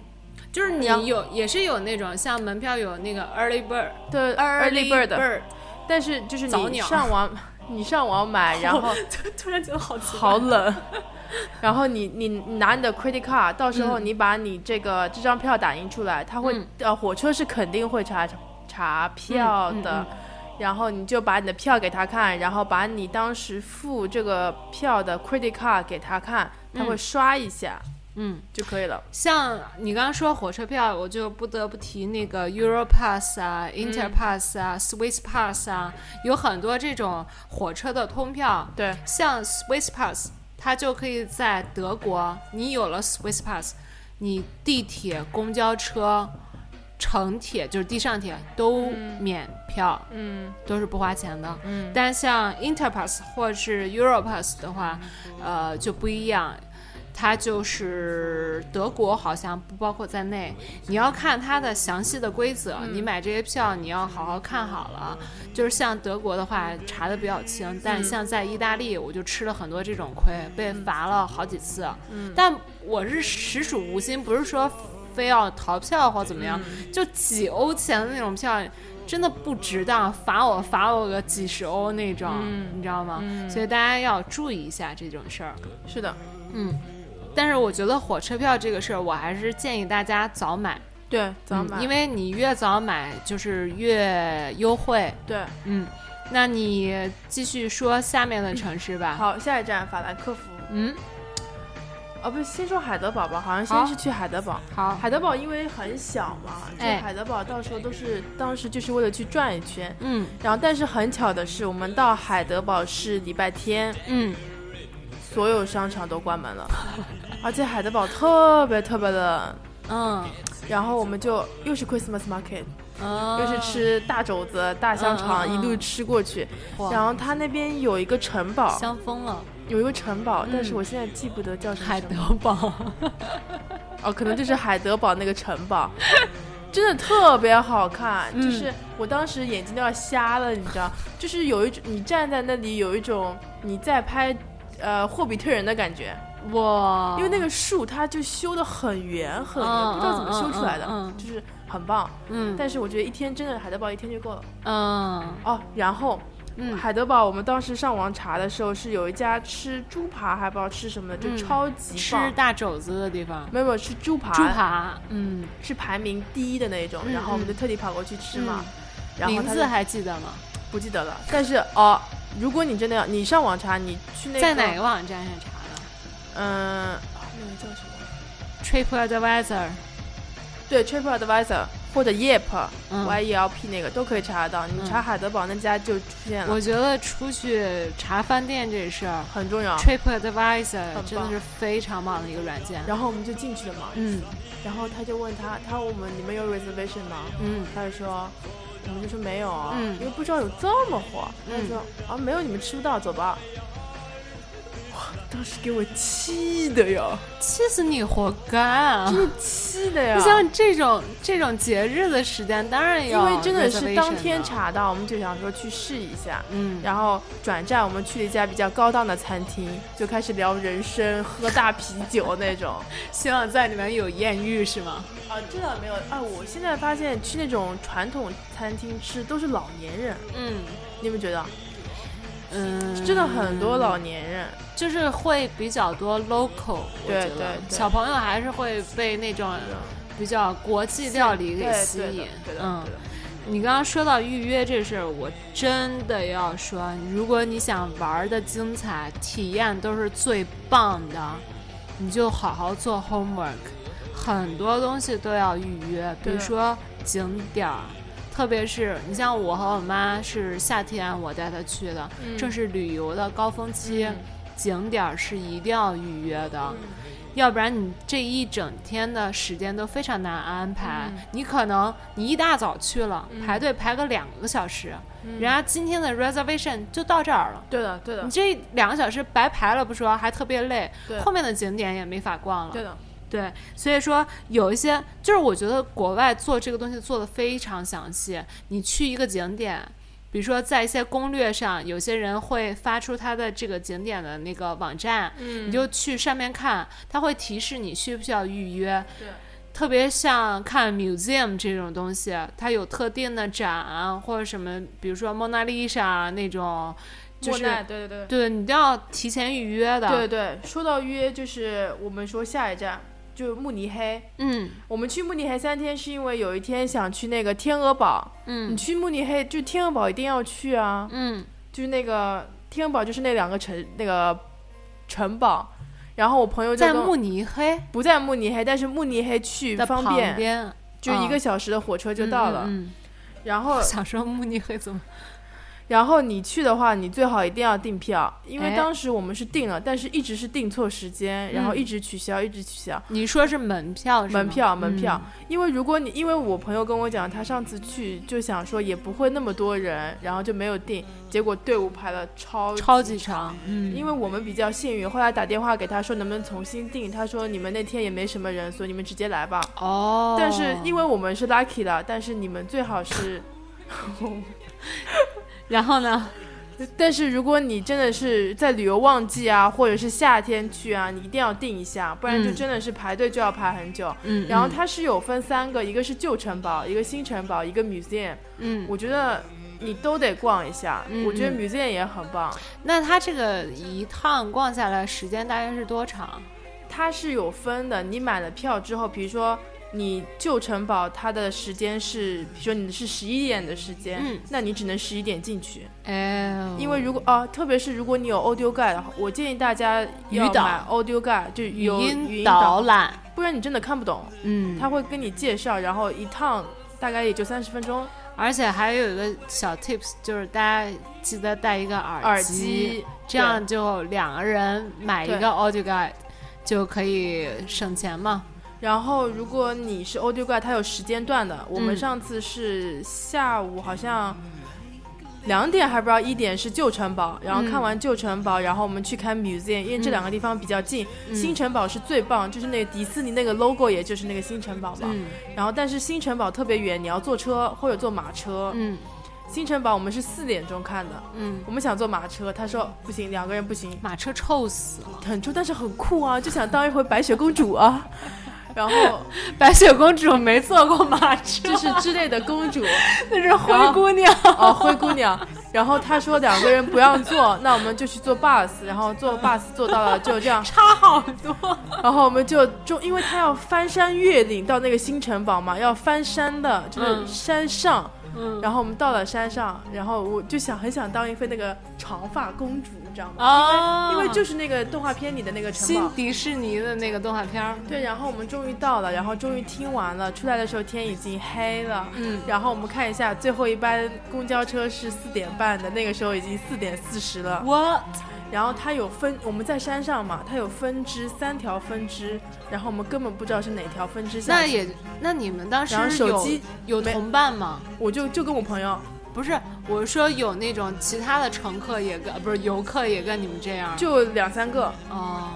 A: 就是你
B: 然后
A: 有也是有那种像门票有那个 early bird
B: 对
A: bird，,
B: bird，但是就是
A: 早
B: 你
A: 鸟
B: 上网， 你上网买，然 后
A: 突然觉得好奇怪
B: 好冷。 然后你你你拿你的 credit card，到时候你把你这个、这张票打印出来，他会、
A: 嗯
B: 呃火车是肯定会查查票
A: 嗯嗯
B: 的，
A: 嗯
B: 然后你就把你的票给他看，然后把你当时付这个票的 credit card 给他看，他会刷一下，
A: 嗯，
B: 就可以了。
A: 像你刚刚说火车票，我就不得不提那个 Europass 啊、Interpass
B: 嗯
A: 啊、Swiss Pass 啊，有很多这种火车的通票。
B: 对，
A: 像 Swiss Pass，它就可以在德国，你有了 Swiss Pass，你地铁、公交车、城铁就是地上铁都免票，
B: 嗯，
A: 都是不花钱的。
B: 嗯，
A: 但像 Interpass 或是 Europass 的话，
B: 嗯
A: 呃，就不一样。它就是德国，好像不包括在内。你要看它的详细的规则，你买这些票你要好好看好了。就是像德国的话查的比较清，但像在意大利，我就吃了很多这种亏，被罚了好几次。但我是实属无心，不是说非要逃票或怎么样，就几欧钱的那种票。真的不值当，罚我罚我个几十欧那种，你知道吗？所以大家要注意一下这种事儿。
B: 是的，
A: 但是我觉得火车票这个事儿，我还是建议大家早买，
B: 对，早买，
A: 嗯因
B: 为
A: 为你越早买就是越优惠。
B: 对，
A: 嗯，那你继续说下面的城市吧。
B: 好，下一站法兰克福。
A: 嗯，
B: 哦，不，先说海德堡吧，好像先
A: 好
B: 是去海德堡。
A: 好，
B: 海德堡因为很小嘛，就
A: 哎
B: 海德堡到时候都是当时就是为了去转一圈。
A: 嗯
B: 然后，但是很巧的是，我们到海德堡是礼拜天，
A: 嗯，
B: 所有商场都关 门了，而且海德堡特别特别的冷。
A: 嗯
B: 然后我们就又是 Christmas market，、
A: 嗯，
B: 又是吃大肘子、大香肠，
A: 嗯嗯嗯
B: 一路吃过去。
A: 哇
B: 然后它那边有一个城堡，
A: 香疯了，
B: 有一个城堡，但是我现在记不得叫什么
A: 海
B: 城
A: 德
B: 堡
A: 堡。
B: 哦，可能就是海德堡那个城堡，真的特别好看，
A: 嗯
B: 就是我当时眼睛都要瞎了，你知道，就是有一种你站在那里有一种你在拍。呃，霍比特人的感觉，
A: 哇，
B: 因为那个树它就修的很圆很圆，
A: 嗯
B: 不知道怎么修出来的，
A: 嗯嗯嗯
B: 就是很棒。
A: 嗯
B: 但是我觉得一天真的海德堡一天就够了
A: 嗯
B: 哦。然后
A: 嗯
B: 海德堡，我们当时上网查的时候是有一家吃猪扒，还不知道吃什么的，就
A: 嗯
B: 超级
A: 吃
B: 棒。
A: 大肘子的地方，
B: 没有没有吃猪扒，
A: 猪扒，嗯，
B: 是排名第一的那一种，
A: 嗯
B: 然后我们就特地跑过去吃嘛。然后
A: 名
B: 他
A: 字还记得吗？
B: 不记得了，但是哦，如果你真的要你上网查，你去那个
A: 在哪个网站上查的
B: 嗯、啊那个叫什么？
A: ？TripAdvisor，
B: 对，TripAdvisor 或者 Yelp、
A: 嗯
B: Y E L P 那个都可以查得到。你查海德堡那家就出现了，
A: 我觉得出去查饭店这事儿
B: 很重要。
A: ，TripAdvisor
B: 棒
A: 真的是非常棒的一个软件。
B: 然后我们就进去了嘛，
A: 嗯
B: 然后他就问他，他问我们你们有 reservation 吗？
A: 嗯
B: 他就说，我们就说没有啊，
A: 嗯
B: 因为不知道有这么火。他就
A: 嗯
B: 说啊没有，你们吃不到，走吧。哇，当时给我气的呀，
A: 气死你，活该啊！
B: 真的气的呀
A: 你。像这种这种节日的时间，当然
B: 因
A: 要
B: 为真的是当
A: reservation
B: 天
A: 了。
B: 查到，我们就想说去试一下。
A: 嗯，
B: 然后转站，我们去了一家比较高档的餐厅，就开始聊人生、喝大啤酒那种。
A: 希望在里面有艳遇是吗？
B: 啊，这倒没有啊！我现在发现去那种传统餐厅吃都是老年人，
A: 嗯
B: 你有没有觉得？
A: 嗯，
B: 真的很多老年人，
A: 就是会比较多 local，我
B: 对
A: 觉得
B: 对对
A: 小朋友还是会被那种比较国际料理给吸
B: 对
A: 引
B: 对的对。的
A: 嗯
B: 对，的
A: 你刚刚说到预约这事儿，我真的要说，如果你想玩的精彩，体验都是最棒的，你就好好做 homework。很多东西都要预约，比
B: 对
A: 如说景点儿，特别是你像我和我妈是夏天我带她去的，正是旅游的高峰期，景点儿是一定要预约的。要不然你这一整天的时间都非常难安排。
B: 嗯
A: 你可能你一大早去了，排队排个两个小时，人家今天的 reservation 就到这儿了。
B: 对的，嗯对
A: 你
B: 的，
A: 这两个小时白排了不说，还特别累
B: 对，
A: 后面的景点也没法逛了。
B: 对的，
A: 对，所以说有一些就是我觉得国外做这个东西做的非常详细。你去一个景点，比如说在一些攻略上，有些人会发出他的这个景点的那个网站，
B: 嗯
A: 你就去上面看，他会提示你需不需要预约。
B: 对
A: 特别像看 museum 这种东西，它有特定的展啊或者什么，比如说蒙娜丽莎那种，就是
B: 对对对。
A: 对啊你都要提前预约的。
B: 对，对，说到约，就是我们说下一站就是慕尼黑。
A: 嗯
B: 我们去慕尼黑三天，是因为有一天想去那个天鹅堡。你
A: 嗯
B: 去慕尼黑，就天鹅堡一定要去啊！
A: 嗯
B: 就是那个天鹅堡，就是那两个城那个城堡。然后我朋友就
A: 在
B: 跟
A: 慕尼黑
B: 不在慕尼黑，但是慕尼黑去
A: 的
B: 方
A: 旁
B: 便，
A: 边嗯
B: 就一个小时的火车就到了。
A: 嗯嗯
B: 然后
A: 嗯想说慕尼黑怎么？
B: 然后你去的话，你最好一定要订票，因为
A: 哎
B: 当时我们是订了，但是一直是订错时间，然后
A: 嗯
B: 一直取消，一直取消。
A: 你说是门票是吗？
B: 门票，门票
A: 嗯，，
B: 因为如果你，因为我朋友跟我讲，他上次去就想说也不会那么多人，然后就没有订，结果队伍排了超
A: 超级长，嗯，
B: 因为我们比较幸运，后来打电话给他说能不能重新订，他说你们那天也没什么人，所以你们直接来吧。
A: 哦，
B: 但是因为我们是 lucky 了，但是你们最好是，
A: 然后呢？
B: 但是如果你真的是在旅游旺季啊，或者是夏天去啊，你一定要订一下，不然就
A: 嗯
B: 真的是排队就要排很久。
A: 嗯，
B: 然后它是有分三个，一个是旧城堡，一个新城堡，一个 museum。
A: 嗯，
B: 我觉得你都得逛一下，
A: 嗯
B: 我觉得
A: 嗯
B: museum 也很棒。
A: 那他这个一趟逛下来时间大概是多长？
B: 它是有分的，你买了票之后，比如说你旧城堡，它的时间是，比如说你是十一点的时间，
A: 嗯
B: 那你只能十一点进去，
A: 哎呦，
B: 因为如果啊，特别是如果你有 audio guide，的话我建议大家要
A: 语导
B: 买 audio guide，就
A: 语
B: 有语
A: 音
B: 音
A: 导
B: 导，
A: 览，
B: 不然你真的看不懂，
A: 嗯，
B: 他会跟你介绍，然后一趟大概也就三十分钟，
A: 而且还有一个小 tips，就是大家记得带一个耳
B: 耳机
A: 这样就两个人买一
B: 对
A: 个 audio guide 就可以省钱嘛。
B: 然后，如果你是 Audio Guide，它有时间段的。我们
A: 嗯
B: 上次是下午好像两点，还不知道一点是旧城堡，然后看完旧城堡，然后我们去看 museum，因为这两个地方比较近。
A: 嗯
B: 新城堡是最棒，就是那个迪士尼那个 logo，也就是那个新城堡嘛。
A: 嗯
B: 然后，但是新城堡特别远，你要坐车或者坐马车。
A: 嗯
B: 新城堡我们是四点钟看的，
A: 嗯，
B: 我们想坐马车，他说不行，两个人不行，
A: 马车臭死了，
B: 很臭，但是很酷啊，就想当一回白雪公主啊。然后
A: 白雪公主没坐过马车，
B: 就是之类的公主，
A: 那是灰姑 娘。
B: 哦，灰姑娘。然后他说两个人不让坐，那我们就去坐 bus，然后坐 bus 坐到了就这样，
A: 差好多，
B: 然后我们就中，因为他要翻山越岭到那个新城堡嘛，要翻山的，就是
A: 嗯
B: 山上。
A: 嗯
B: 然后我们到了山上，然后我就想很想当一回那个长发公主，你知道吗？
A: 啊
B: 因为就是那个动画片里的那个城堡
A: 新。迪士尼的那个动画片儿，
B: 对，然后我们终于到了，然后终于听完了。出来的时候天已经黑了，
A: 嗯
B: 然后我们看一下最后一班公交车是四点半的，那个时候已经四点四十了。
A: 我
B: 然后它有分，我们在山上嘛，它有分支三条分支，然后我们根本不知道是哪条分支下
A: 那
B: 去
A: 也，那你们当时
B: 然后手
A: 有
B: 机
A: 有
B: 没
A: 同伴吗？
B: 我就就跟我朋友，
A: 不是，我是说有那种其他的乘客也跟，不是游客也跟你们这样，
B: 就两三个，
A: 哦，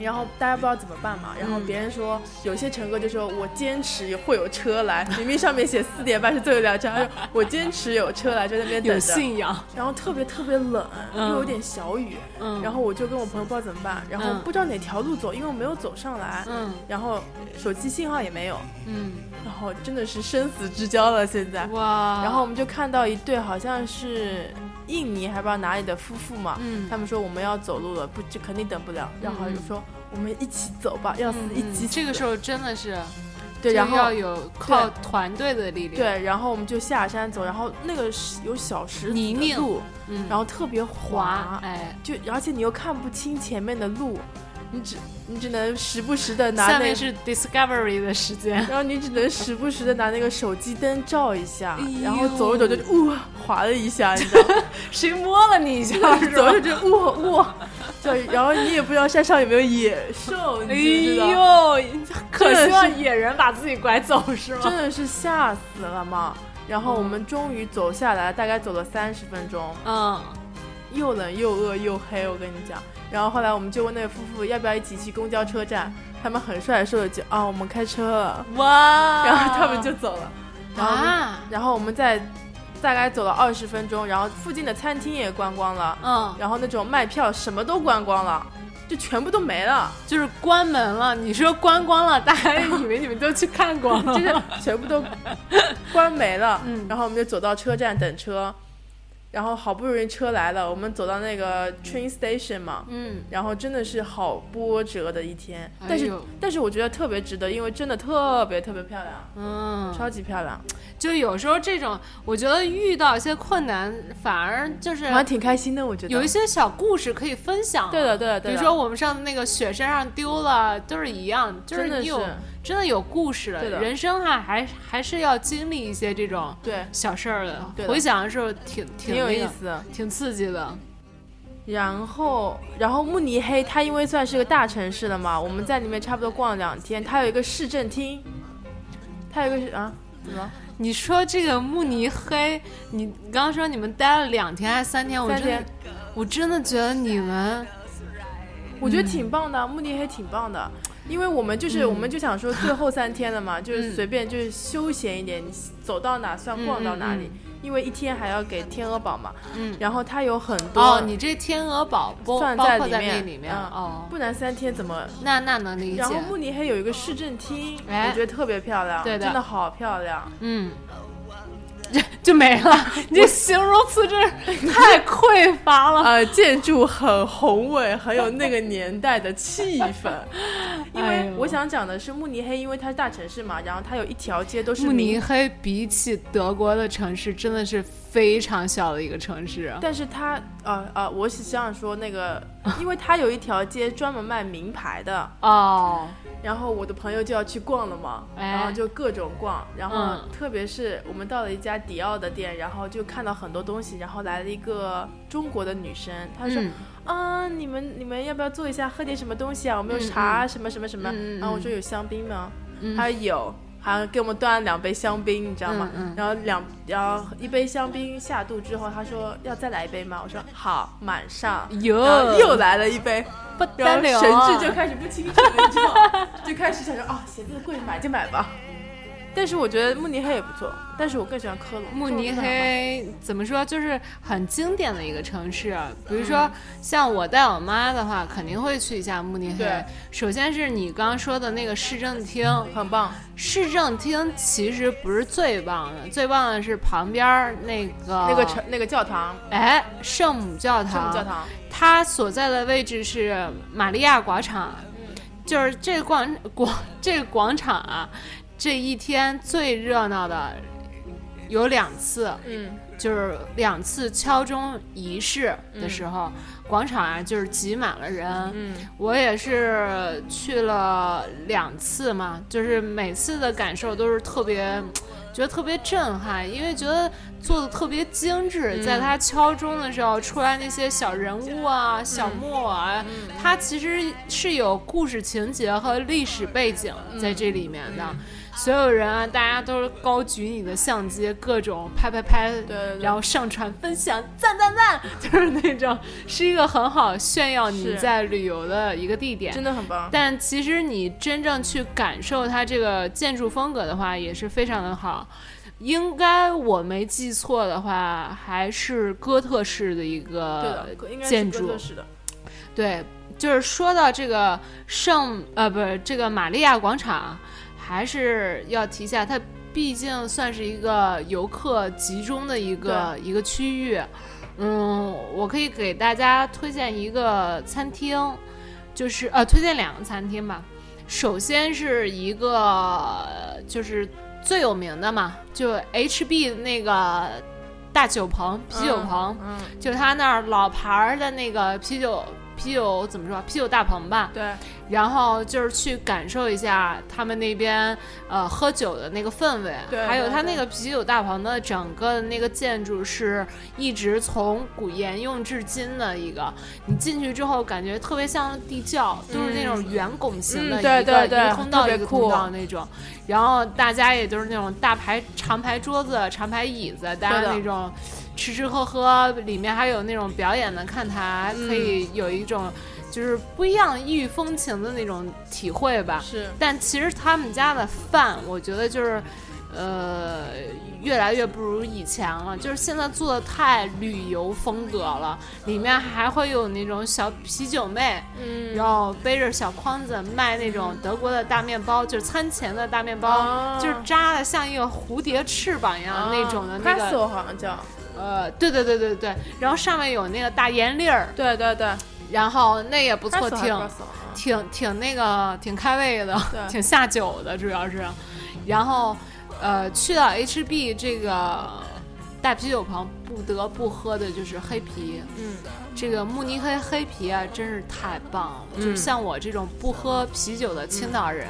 B: 然后大家不知道怎么办嘛，然后
A: 嗯
B: 别人说、有些乘客就说我坚持会有车来，明明上面写四点半是最后一辆车，他说我坚持有车来，就在那边
A: 有
B: 等着，
A: 信仰，
B: 然后特别特别冷，又
A: 嗯
B: 有点小雨，
A: 嗯，
B: 然后我就跟我朋友不知道怎么办，然后
A: 嗯
B: 不知道哪条路走，因为我没有走上来，
A: 嗯
B: 然后手机信号也没有，
A: 嗯，
B: 然后真的是生死之交了现在。
A: 哇，
B: 然后我们就看到一对好像是印尼还不知道哪里的夫妇嘛，
A: 嗯
B: 他们说我们要走路了，不这肯定等不了，然后就说我们一起走吧，要死
A: 嗯
B: 一起死。
A: 嗯这个时候真的是，
B: 对，
A: 这
B: 然
A: 个要
B: 后
A: 有靠团队的力量，
B: 对，然后我们就下山走，然后那个是有小石子
A: 泥
B: 的
A: 泞
B: 路，
A: 嗯，
B: 然后特别滑，，
A: 滑哎，
B: 就而且你又看不清前面的路，你只你只能时不时的拿
A: 下
B: 那
A: 面，是 Discovery 的时 间，
B: 然后你只能时不时的拿那个手机灯照一下，
A: 哎
B: 然后走着走着
A: 呦
B: 就呜滑了一下，你知 道吗？
A: 谁摸了你一下
B: 就是
A: 是
B: 走
A: 吧
B: 着？就呜呜，就然后你也不知道山上有没有野兽， 你
A: 哎
B: 知不知道？
A: 呦，可
B: 真的
A: 希望
B: 是
A: 野人把自己拐走是
B: 真
A: 吗？
B: 的是吓死了嘛！然后我们终于走下来，大概走了三十分钟，
A: 嗯，
B: 又冷又饿又黑，我跟你讲。然后后来我们就问那个夫妇要不要一起去公交车站，他们很帅地说了句啊，我们开车了，
A: 哇，
B: 然后他们就走了。然后我们、
A: 啊，
B: 然后我们再大概走了二十分钟，然后附近的餐厅也关光了，
A: 嗯。
B: 然后那种卖票什么都关光了，就全部都没了。
A: 就是关门了。你说关光了，大家以为你们都去看光 了。
B: 就是全部都关没了。
A: 嗯
B: 然后我们就走到车站等车，然后好不容易车来了，我们走到那个 train station 嘛，
A: 嗯，
B: 然后真的是好波折的一天，
A: 哎
B: 但是、
A: 呦
B: 但是我觉得特别值得，因为真的特别特别漂亮，
A: 嗯，
B: 超级漂亮，
A: 就有时候这种，我觉得遇到一些困难，反而就是
B: 还挺开心的，我觉得
A: 哎有一些小故事可以分享啊。
B: 对的对的对的
A: 比如说我们上次那个雪山上丢了，都是一样，就
B: 真的
A: 你有
B: 是
A: 真的有故事
B: 对的
A: 人生哈、还还是要经历一些这种
B: 对，
A: 小事儿的。
B: 对的
A: 回想的时候挺挺
B: 挺有
A: 那
B: 意
A: 个
B: 思的。
A: 挺刺激的。
B: 然后，然后慕尼黑它因为算是个大城市了嘛，我们在里面差不多逛了两天。它有一个市政厅，它有一个是啊，怎么了？
A: 你说这个慕尼黑，你你刚刚说你们待了两天还是三天？我
B: 三
A: 真的
B: 天，
A: 我真的觉得你们
B: 我
A: 嗯
B: 觉得挺棒的，慕尼黑挺棒的，因为我们就是、
A: 嗯
B: 我们就想说最后三天了 嘛，就是随便就是休闲一点，你走到哪算逛到哪里，因为一天还要给天鹅堡嘛，
A: 嗯
B: 然后它有很多
A: 哦，你这天鹅堡包
B: 算
A: 包括
B: 里
A: 在那
B: 面
A: 里面
B: 嗯
A: 哦，
B: 不然三天怎么？
A: 那那能理解
B: 然。后慕尼黑有一个市政厅，
A: 哎
B: 我觉得特别漂亮，
A: 对的
B: 真的好漂亮。
A: 嗯，这就没了。 你这形容词真是太匮 乏了。
B: 呃，建筑很宏伟，很有那个年代的气氛。因
A: 哎
B: 为
A: 呦
B: 我想讲的是慕尼黑，因为它是大城市嘛，然后它有一条街都是
A: 慕尼
B: 名，
A: 黑比起德国的城市，真的是非常小的一个城市。
B: 但是它呃呃，我是想说那个，因为它有一条街专门卖名牌的，
A: 哦，
B: 然后我的朋友就要去逛了嘛，
A: 哎
B: 然后就各种逛，然后
A: 嗯
B: 特别是我们到了一家迪奥的店，然后就看到很多东西，然后来了一个中国的女生，她说：“
A: 嗯
B: 啊，你们你们要不要坐一下，喝点什么东西啊？我们有
A: 嗯
B: 茶、什么什么什么。
A: 嗯嗯
B: 然后我
A: 嗯
B: 说有香槟吗？
A: 嗯
B: 她说有。还给我们端了两杯香槟，你知道吗？
A: 嗯嗯
B: 然后两，然后一杯香槟下肚之后，她说要再来一杯吗？我说好，满上。
A: 哟
B: 然后又来了一杯，
A: 不
B: 然
A: 得
B: 后
A: 了
B: 神
A: 啊，
B: 志就开始不清楚了，你知道吗，就开始想说啊，鞋子贵买就买吧。但是我觉得慕尼黑也不错，但是我更喜欢科隆。
A: 慕尼
B: 科隆真的好
A: 黑怎么说，就是很经典的一个城市。啊比如
B: 嗯
A: 说，像我带我妈的话，肯定会去一下慕尼黑
B: 对。
A: 首先是你刚刚说的那个市政厅，
B: 很棒，
A: 市政厅其实不是最棒的，最棒的是旁边儿那个
B: 那个城那个教堂，
A: 哎圣母教
B: 圣
A: 堂，
B: 母教堂，
A: 它所在的位置是玛利亚广场，
B: 嗯
A: 就是这个广广这个广场啊，这一天最热闹的有两次，
B: 嗯，
A: 就是两次敲钟仪式的时候，广场啊就是挤满了人。
B: 嗯，
A: 我也是去了两次嘛，就是每次的感受都是特别。觉得特别震撼，因为觉得做的特别精致，
B: 嗯
A: 在他敲钟的时候出来那些小人物啊、小木偶
B: 嗯
A: 啊，它其实是有故事情节和历史背景在这里面
B: 嗯
A: 的。所有人啊，大家都是高举你的相机，各种拍拍拍，
B: 对对对
A: 然后上传 分享，赞赞赞，就是那种是一个很好炫耀你
B: 是
A: 在旅游的一个地点
B: 真。的很棒。
A: 但其实你真正去感受它这个建筑风格的话，也是非常的好。应该我没记错的话，还是哥特式的一个
B: 对的，应该是
A: 建
B: 哥
A: 筑
B: 特。式的。
A: 对，就是说到这个圣呃，不是这个玛利亚广场，还是要提一下，它毕竟算是一个游客集中的一个一个区域。嗯，我可以给大家推荐一个餐厅，就是呃，推荐两个餐厅吧。首先是一个呃就是最有名的嘛，就 HB 那个大酒棚、啤酒棚，
B: 嗯，
A: 就他那儿老牌儿的那个啤酒啤酒怎么说啤酒大棚吧，
B: 对，
A: 然后就是去感受一下他们那边呃喝酒的那个氛围，
B: 对
A: 还有
B: 对
A: 他
B: 对
A: 那个啤酒大棚的整个那个建筑是一直从古沿用至今的一个，你进去之后感觉特别像地窖，都是那种圆拱形的
B: 嗯
A: 一个、
B: 对对对
A: 一个通道
B: 特别
A: 一个
B: 酷
A: 通道那种，然后大家也就是那种大排长排桌子、长排椅子，
B: 对
A: 大家
B: 的
A: 那种吃吃喝喝，里面还有那种表演的看台，
B: 嗯
A: 可以有一种就是不一样异域风情的那种体会吧。
B: 是
A: 但其实他们家的饭，我觉得就是，呃，越来越不如以前了。就是现在做的太旅游风格了，里面还会有那种小啤酒妹，
B: 嗯
A: 然后背着小筐子卖那种德国的大面包，就是餐前的大面包，
B: 啊
A: 就是扎的像一个蝴蝶翅膀一样、那种的那个
B: p a s o 啊好像叫
A: 呃，对对对对对，然后上面有那个大盐粒儿，
B: 对对对，
A: 然后那也不错，
B: Brussels 还
A: 挺
B: Brussels 啊
A: 挺挺那个挺开胃的，
B: 对
A: 挺下酒的，主要是。然后，呃，去到 HB 这个大啤酒旁，不得不喝的就是黑啤。
B: 嗯，
A: 这个慕尼黑黑啤啊，真是太棒了！就是像我这种不喝啤酒的青岛人，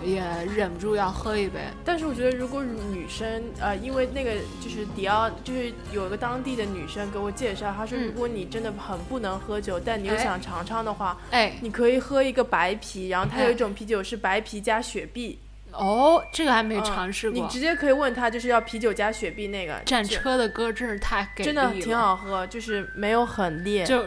A: 也忍不住要喝一杯。
B: 但是我觉得，如果女生呃，因为那个就是迪奥，就是有一个当地的女生给我介绍，她说，
A: 嗯
B: 如果你真的很不能喝酒，但你又
A: 哎
B: 想尝尝的话，
A: 哎，
B: 你可以喝一个白啤，然后它
A: 哎
B: 有一种啤酒是白啤加雪碧，
A: 哦，这个还没
B: 嗯
A: 尝试过。
B: 你直接可以问他，就是要啤酒加雪碧那个
A: 战
B: 就
A: 车的歌真是太给力
B: 真
A: 了，
B: 的挺好喝，就是没有很烈，
A: 就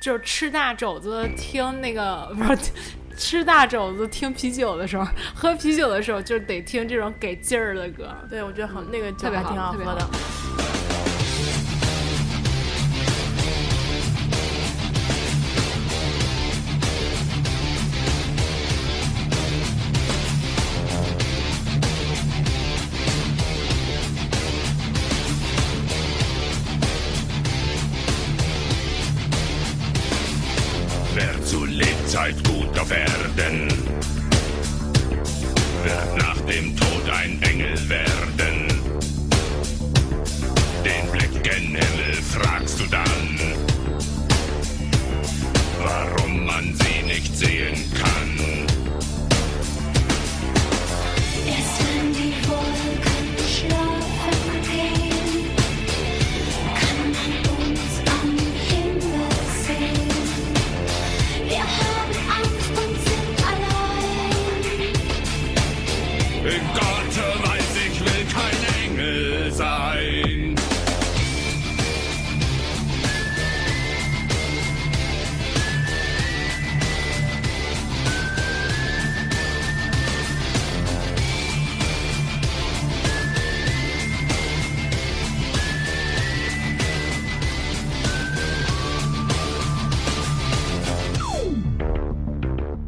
A: 就吃大肘子听那个不是吃大肘子听啤酒的时候，喝啤酒的时候就得听这种给劲儿的歌。
B: 对我觉得很那个酒
A: 嗯特别
B: 还
A: 好
B: 挺好
A: 特
B: 喝
A: 别
B: 的
A: 好。
C: Wer zu Lebzeit guter werden, wird nach dem Tod ein Engel werden. Den Blick gen Himmel fragst du dann, warum man sie nicht sehen kann.
D: Erst wenn die Wolken schlafen gehen, kann man uns am Himmel sehen. Wir haben Angst und sind allein.
C: Gott weiß, ich will kein Engel sein.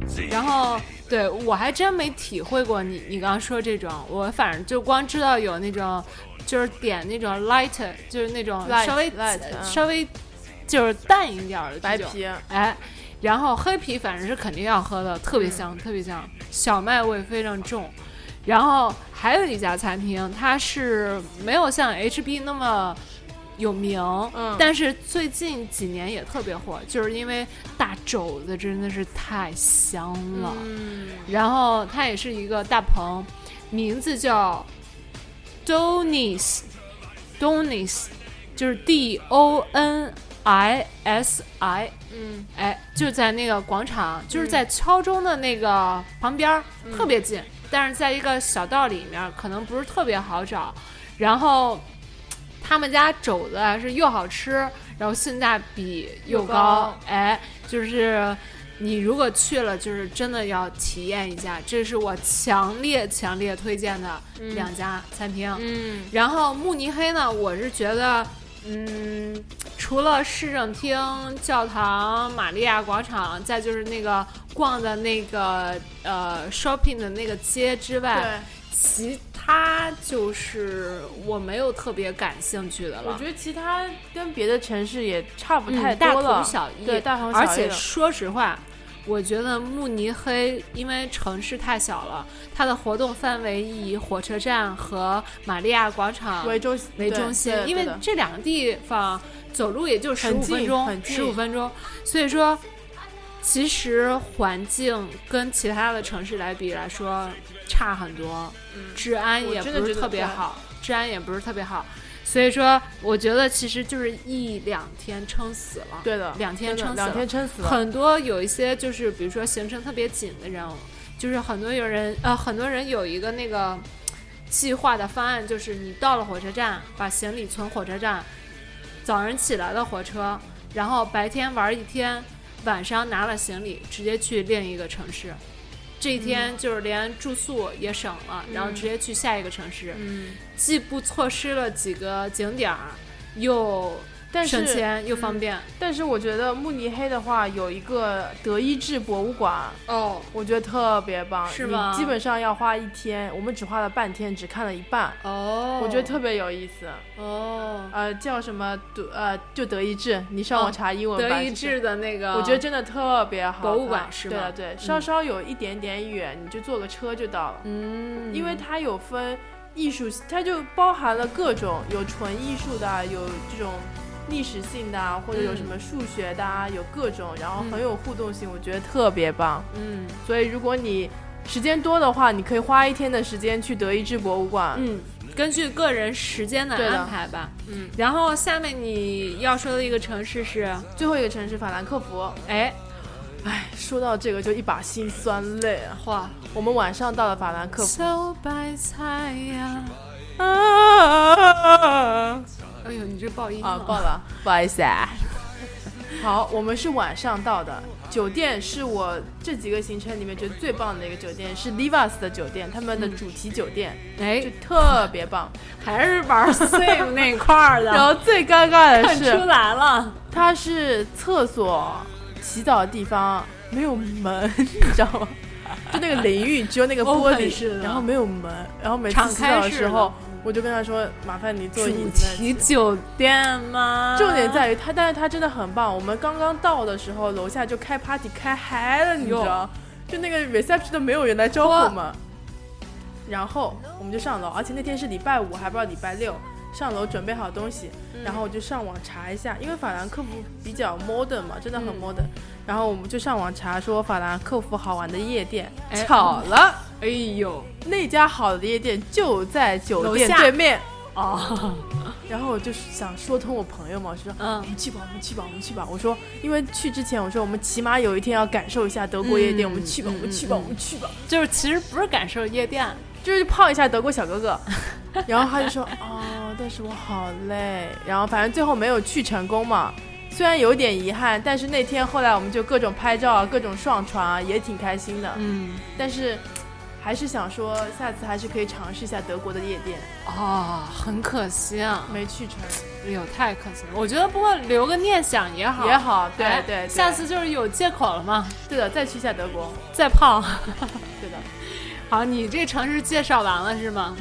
C: Sie
A: 然后对我还真没体会过你你刚刚说这种，我反正就光知道有那种就是点那种 light，就是那种
B: Light，
A: 稍微
B: light，嗯
A: 稍微就是淡一点儿的
B: 白
A: 这种
B: 啤
A: 哎。然后黑啤反正是肯定要喝的，特别
B: 嗯
A: 香，特别香，小麦味非常重。然后还有一家餐厅，它是没有像 HB 那么有名，
B: 嗯
A: 但是最近几年也特别火，就是因为大肘子真的是太香了。
B: 嗯，
A: 然后它也是一个大棚，名字叫 Donis Donis，就是 D O N I S I，
B: 嗯，
A: 哎，就在那个广场，就是在敲钟的那个旁边儿，特别近，但是在一个小道里面儿，可能不是特别好找。然后他们家肘子啊是又好吃，然后性价比又
B: 又
A: 高，
B: 高
A: 哎，就是你如果去了，就是真的要体验一下，这是我强烈强烈推荐的两家餐厅。
B: 嗯，
A: 然后慕尼黑呢，我是觉得，嗯，除了市政厅、教堂、玛利亚广场，再就是那个逛的那个呃 shopping 的那个街之
B: 对
A: 外，，其他就是我没有特别感兴趣的
B: 我
A: 了
B: 觉。得其他跟别的城市也差不太
A: 嗯大
B: 多了，
A: 同小异，
B: 对，大同小异
A: 而
B: 了。
A: 且说实话，我觉得慕尼黑因为城市太小了，它的活动范围以火车站和玛利亚广场
B: 为中
A: 啊为中心，因为这两个地方走路也就十
B: 很
A: 五
B: 近
A: 分钟
B: 很，近
A: 十五分钟，所以说。其实环境跟其他的城市来比来说差很多，治安
B: 嗯我
A: 也
B: 真的
A: 不是
B: 觉得
A: 特别
B: 对
A: 好，治安也不是特别好，所以说我觉得其实就是一两天撑死了，
B: 对的，
A: 两天
B: 真的
A: 撑死
B: 两
A: 了
B: 天撑死了，
A: 很多有一些就是比如说行程特别紧的人，就是很多有人呃很多人有一个那个计划的方案，就是你到了火车站，把行李存火车站，早上起来的火车，然后白天玩一天，晚上拿了行李直接去另一个城市。这一天就是连住宿也省了，然后直接去下一个城市，
B: 嗯，
A: 既不错失了几个景点儿，又
B: 但
A: 省
B: 是
A: 钱又方便。
B: 但是我觉得慕尼黑的话有一个德意志博物馆，
A: 哦，
B: 我觉得特别棒，
A: 是吗
B: 你基本上要花一天，我们只花了半天，只看了一半，
A: 哦，
B: 我觉得特别有意思。
A: 哦，
B: 呃，叫什么德呃，就德意志，你上网查英文
A: 德
B: 版
A: 意
B: 是
A: 志的那个，
B: 我觉得真的特别好看。
A: 博物馆是吗
B: 对对，
A: 嗯
B: 稍稍有一点点远，你就坐个车就到了，
A: 嗯，
B: 因为它有分艺术，它就包含了各种有纯艺术的啊，有这种历史性的啊，或者有
A: 嗯
B: 什么数学的啊，有各种，然后
A: 嗯
B: 很有互动性，我觉得特别棒。
A: 嗯
B: 所以如果你时间多的话，你可以花一天的时间去德意志博物馆。
A: 嗯，根据个人时间的
B: 对的
A: 安排吧。嗯，然后下面你要说的一个城市是，
B: 最后一个城市法兰克福，
A: 哎，
B: 说到这个就一把辛酸泪啊！
A: 哇，
B: 我们晚上到了法兰克福，
A: 小白菜呀，
B: 啊，
A: 哎呦，你这爆音
B: 啊，爆了，不好意思啊。 好，我们是晚上到的，酒店是我这几个行程里面觉得最棒的一个酒店，是 Livas 的酒店，他们的主题酒店、
A: 哎
B: 就，特别 棒。
A: 还是玩 Sim 那块儿
B: 然
A: 的，
B: 后最尴尬的
A: 看出
B: 是，
A: 来了。
B: 它是厕所、洗澡的地方没有门， 你知道吗？就那个淋浴只有那个玻
A: Open 式
B: 璃，
A: 的
B: 然后没有门，然后每次
A: 敞
B: 洗
A: 开
B: 澡的
A: 式
B: 时
A: 的
B: 候，我就跟他说：“麻烦你坐椅
A: 主
B: 子那儿
A: 题酒店吗？
B: 重点在于他，但是他真的很棒。我们刚刚到的时候，楼下就开 party 开嗨了，你知道？就那个 reception 都没有人来招呼我们。然后我们就上楼，而且那天是礼拜五，还不知道礼拜六。上楼准备好东西，
A: 嗯
B: 然后我就上网查一下，因为法兰克福比较 modern 嘛，真的很
A: 嗯
B: modern。然后我们就上网查说法兰克福好玩的夜店，
A: 哎
B: 巧了，
A: 哎呦，
B: 那家好的夜店就在酒
A: 楼
B: 店
A: 下
B: 对面。
A: 哦，
B: 然后我就是想说通我朋友嘛，我就说我
A: 嗯，
B: 们去吧，我们去吧，我们去吧。我说，因为去之前我说我们起码有一天要感受一下德国夜店，
A: 嗯
B: 我们去吧，
A: 嗯
B: 我们去吧，
A: 嗯
B: 我们去吧，
A: 就是其实不是感受夜店，
B: 就是泡一下德国小哥 哥。然后他就说，哦，但是我好累。然后反正最后没有去成功嘛，虽然有点遗憾，但是那天后来我们就各种拍照啊，各种上传啊，也挺开心的。
A: 嗯，
B: 但是还是想说，下次还是可以尝试一下德国的夜店，
A: 哦，很可惜啊，
B: 没去成
A: 哎呦，太可惜了。我觉得不过留个念想也好，
B: 也好。对
A: 哎
B: 对，对
A: 下次就是有借口了嘛，
B: 对的，再去一下德国，
A: 再泡。
B: 对的。
A: 好，你这城市介绍完了是吗？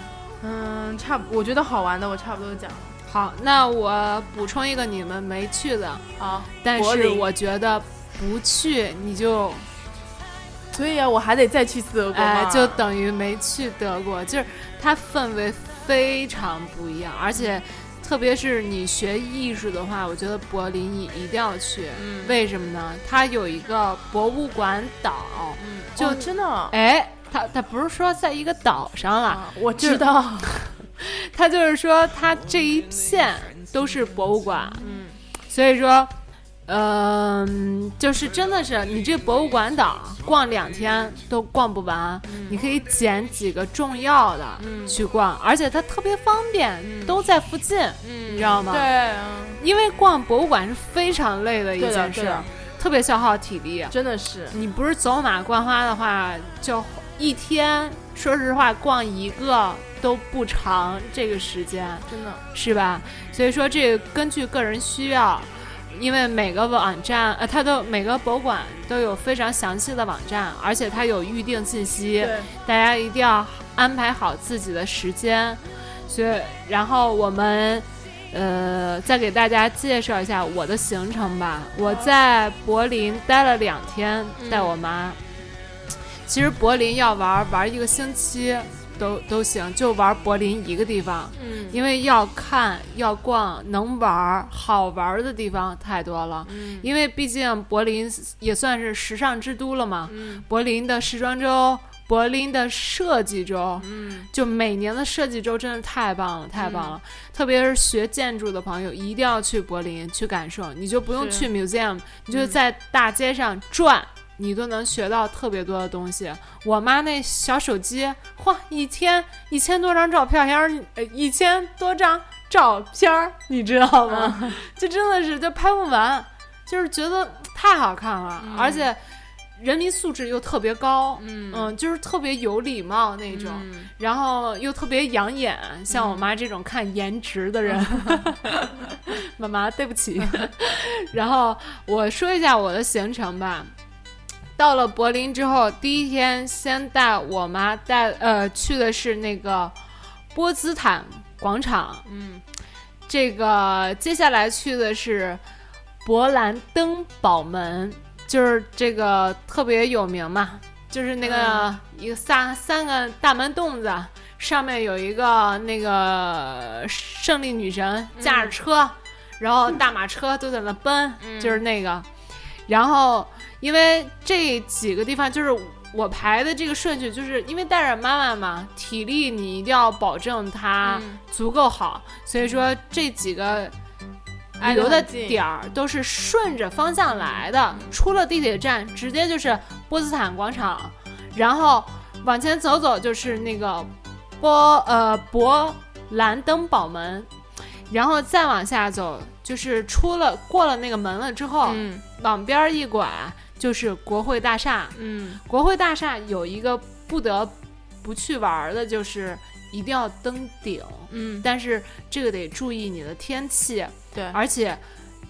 B: 嗯，差不，我觉得好玩的我差不多讲了。
A: 好，那我补充一个你们没去的，
B: 啊，
A: 但
B: 柏
A: 是
B: 林
A: 我觉得不去你就
B: 所以啊，我还得再去一次德国
A: 哎
B: 嘛，哦
A: 就等于没去德国，就是它氛围非常不一样，而且特别是你学艺术的话，我觉得柏林你一定要去。
B: 嗯
A: 为什么呢？它有一个博物馆岛，就
B: 哦真的啊
A: 哎，它它不是说在一个岛上了，
B: 啊，我
A: 就
B: 知道，
A: 它就是说它这一片都是博物馆，
B: 嗯，
A: 所以说，嗯、就是真的是你这博物馆岛逛两天都逛不完，
B: 嗯
A: 你可以捡几个重要的去逛，而且它特别方便，
B: 嗯
A: 都在附近，你知道吗？
B: 对，嗯
A: 因为逛博物馆是非常累的一
B: 对的
A: 件
B: 对
A: 事
B: 的，
A: 特别消耗体力。啊
B: 真的是，
A: 你不是走马观花的话，就一天，说实话，逛一个都不长这个时间。
B: 真的，
A: 是吧？所以说这个根据个人需要，因为每个网站呃，它都每个博物馆都有非常详细的网站，而且它有预定信息，
B: 对，
A: 大家一定要安排好自己的时间。所以，然后我们呃再给大家介绍一下我的行程吧。我在柏林待了两天，带我妈。其实柏林要玩玩一个星期都都行，就玩柏林一个地方。
B: 嗯，
A: 因为要看、要逛、能玩儿、好玩儿的地方太多
B: 嗯
A: 了。因为毕竟柏林也算是时尚之都了嘛，柏林的时装周、柏林的设计周，
B: 嗯
A: 就每年的设计周真的太棒了，太棒了！特别是学建筑的朋友，一定要去柏林去感受，你就不用
B: 是
A: 去 museum，你就在大街上转。你都能学到特别多的东西。我妈那小手机，嚯，一天一千多张照片儿，呃，一千多张照片儿，你知道吗？ 就真的是就拍不完，就是觉得太好看了，而且人民素质又特别高，
E: 嗯
A: 就是特别有礼貌那种，然后又特别养眼，像我妈这种看颜值的人， 妈妈对不起。 然后我说一下我的行程吧。到了柏林之后，第一天先带我妈带呃去的是那个波茨坦广场，
E: 嗯，
A: 这个接下来去的是勃兰登堡门，就是这个特别有名嘛，就是那个、一个三三个大门洞子，上面有一个那个胜利女神驾着车，然后大马车都在那奔，
B: 嗯
A: 就是那个。然后因为这几个地方就是我排的这个顺序，就是因为带着妈妈嘛，体力你一定要保证
B: 嗯
A: 她足够好，所以说这几个。旅哎游的点儿都是顺着方向来的，出了地铁站直接就是波茨坦广场，然后往前走走就是那个波呃勃兰登堡门，然后再往下走就是出了过了那个门了之后，
E: 嗯
A: 往边儿一拐就是国会大厦。
E: 嗯
A: 国会大厦有一个不得不去玩儿的，就是一定要登顶，
E: 嗯
A: 但是这个得注意你的天气，
E: 对
A: 而且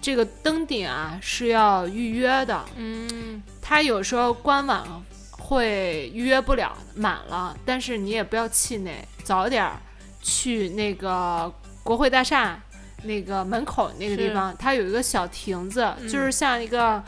A: 这个登顶啊是要预约的，
E: 嗯
A: 它有时候官网会预约不了，满了，但是你也不要气馁，早点儿去那个国会大厦那个门口那个地方，它有一个小亭子，就是像一个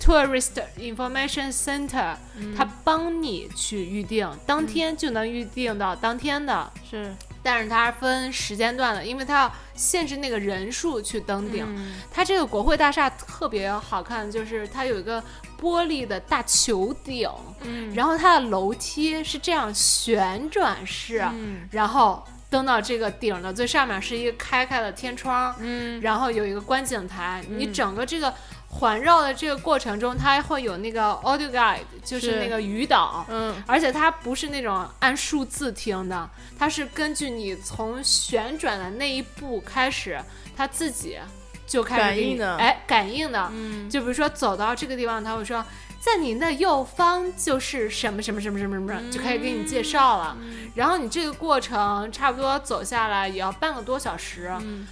A: tourist information center，、它
B: 嗯
A: 帮你去预定，当天就能预定到当天的。
E: 是
A: 但是它分时间段的，因为它要限制那个人数去登
E: 嗯
A: 顶。它这个国会大厦特别好看，就是它有一个玻璃的大球顶，
E: 嗯
B: 嗯
A: 然后它的楼梯是这样旋转式，
B: 啊
E: 嗯
A: 然后登到这个顶的最上面是一个开开的天窗，
E: 嗯
A: 然后有一个观景台，你整个这个。环绕的这个过程中，它会有那个 audio guide，就是
E: 是
A: 那个语导，
E: 嗯
A: 而且它不是那种按数字听的，它是根据你从旋转的那一步开始，它自己就开始
B: 感
A: 给你
B: 应的
A: 哎，感应的。
E: 嗯
A: 就比如说走到这个地方，它会说，在你的右方就是什么什么什么什么什么，
B: 嗯
A: 就开始给你介绍了。然后你这个过程差不多走下来也要半个多小时，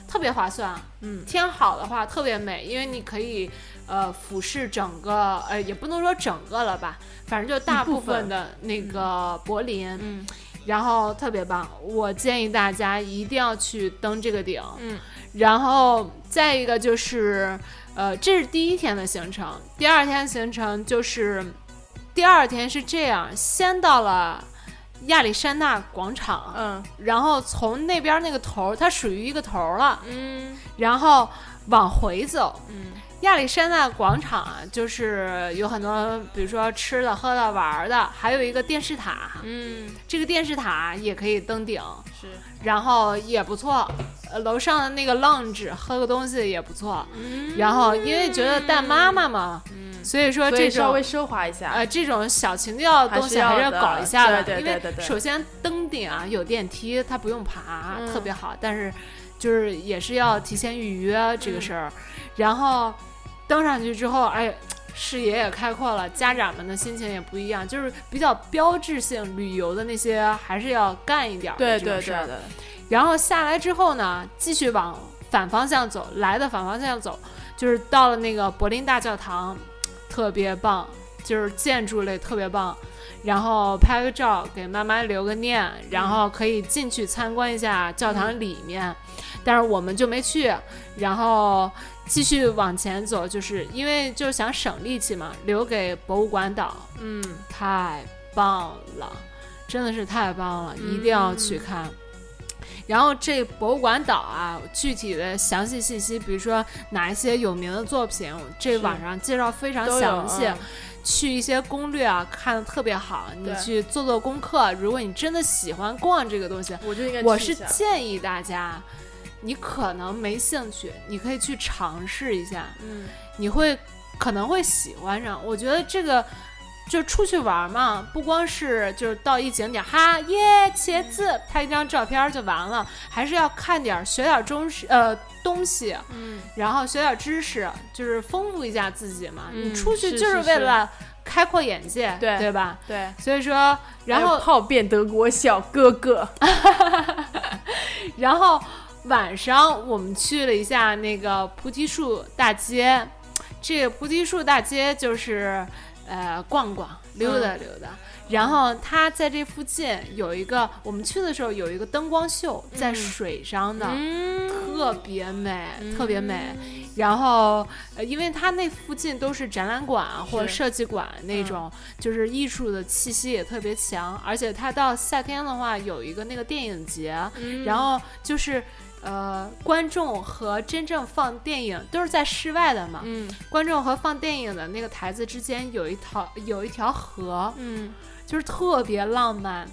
A: 特别划算。
E: 嗯
A: 天好的话特别美，因为你可以呃俯视整个，呃也不能说整个了吧，反正就大部分的那个柏林，
E: 嗯
A: 然后特别棒。我建议大家一定要去登这个顶，
E: 嗯，
A: 然后再一个就是，呃，这是第一天的行程，第二天行程就是，第二天是这样，先到了亚历山大广场，
E: 嗯
A: 然后从那边那个头儿，它属于一个头儿了，
E: 嗯
A: 然后往回走。
E: 嗯
A: 亚历山大广场啊，就是有很多，比如说吃的、喝的、玩儿的，还有一个电视塔。
E: 嗯
A: 这个电视塔也可以登顶，
E: 是
A: 然后也不错。呃，楼上的那个 lounge 喝个东西也不错。
E: 嗯
A: 然后因为觉得带妈妈嘛，所以说
B: 嗯所以
A: 这
B: 稍
A: 种
B: 微奢华一下。
A: 呃，这种小情调的东西
B: 还
A: 还
B: 是要
A: 是要
B: 的
A: 搞一下
B: 对对
A: 因为
B: 对对对
A: 首先登顶啊有电梯，它不用爬，
E: 嗯
A: 特别好。但是就是也是要提前预约这
B: 嗯
A: 个事儿，然后登上去之后，哎。视野也开阔了，家长们的心情也不一样，就是比较标志性旅游的那些，还是要干一点儿
B: 对
A: 的这
B: 对
A: 种
B: 对
A: 事儿。
B: 对，
A: 然后下来之后呢，继续往反方向走，来的反方向走，就是到了那个柏林大教堂，特别棒，就是建筑类特别棒。然后拍个照给妈妈留个念，然
B: 嗯
A: 后可以进去参观一下教堂里面，但是我们就没去。然后继续往前走，就是因为就想省力气嘛，留给博物馆岛。
E: 嗯
A: 太棒了，真的是太棒了，
B: 嗯
A: 一定要去看。然后这博物馆岛啊，具体的详细信息，比如说哪一些有名的作品，这网上介绍非常
B: 都有
A: 详细。
B: 嗯
A: 去一些攻略啊，看的特别好，你
B: 对
A: 去做做功课。如果你真的喜欢逛这个东西，
B: 我就应该
A: 我
B: 去一
A: 是
B: 下
A: 建议大家，你可能没兴趣，你可以去尝试一下，
B: 嗯，
A: 你会可能会喜欢上。我觉得这个就出去玩嘛，不光是就是到一景点哈耶茄子拍一张照片就完了，还是要看点儿学点儿中式呃东西，
E: 嗯
A: 然后学点儿知识，就是丰富一下自己嘛。
E: 嗯
A: 你出去
E: 是
A: 就是为
E: 是
A: 了。开阔眼界，
B: 对
A: 对吧？
B: 对，
A: 所以说，然
B: 还
A: 后
B: 有炮变德国小哥哥，
A: 然后晚上我们去了一下那个菩提树大街，这个菩提树大街就是呃逛逛溜达溜达。然后它在这附近有一个，我们去的时候有一个灯光秀，在水上的，
B: 嗯
A: 特别美，特别美。然后，呃，因为它那附近都是展览馆或者
B: 是嗯
A: 设计馆那种，就是艺术的气息也特别强。而且它到夏天的话，有一个那个电影节，
B: 嗯
A: 然后就是呃，观众和真正放电影都是在室外的嘛，
B: 嗯
A: 观众和放电影的那个台子之间有一条有一条河，
B: 嗯
A: 就是特别浪漫。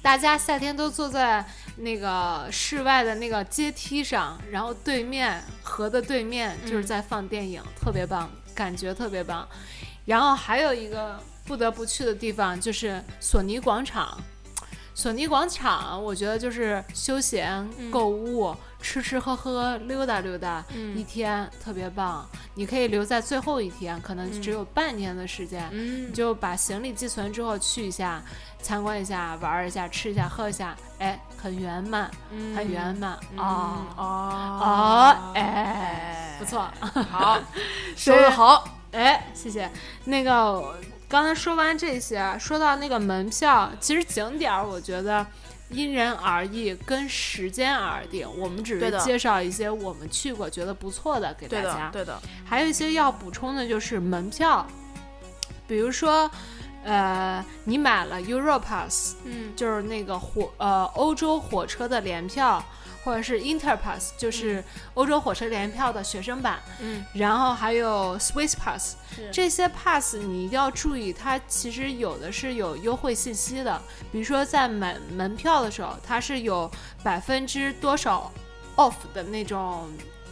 A: 大家夏天都坐在那个室外的那个阶梯上，然后对面河的对面就是在放电影，特别棒，感觉特别棒。然后还有一个不得不去的地方就是索尼广场。索尼广场，我觉得就是休闲、购物、吃吃喝喝、溜达溜达，一天特别棒。你可以留在最后一天，可能只有半天的时间，你
B: 嗯，
A: 就把行李寄存之后去一下，参观一下，玩一下，吃一下，喝一下，哎，很圆满，很圆满啊、
B: 嗯哦
A: 哦哎不， 错，
B: 好， 说的好，
A: 哎，谢谢。那个我刚才说完这些，说到那个门票，其实景点儿我觉得因人而异，跟时间而定。我们只
B: 对
A: 是
B: 的
A: 介绍一些我们去过觉得不错的给大
B: 对
A: 家
B: 的。对的，
A: 还有一些要补充的就是门票，比如说，呃，你买了 Europass，
B: 嗯
A: 就是那个火呃欧洲火车的联票，或者是 Interpass，就是欧洲火车联票的学生版，
B: 嗯，
A: 然后还有 Swiss Pass，
B: 是
A: 这些 Pass 你一定要注意，它其实有的是有优惠信息的，比如说在买门票的时候，它是有百分之多少 off 的那种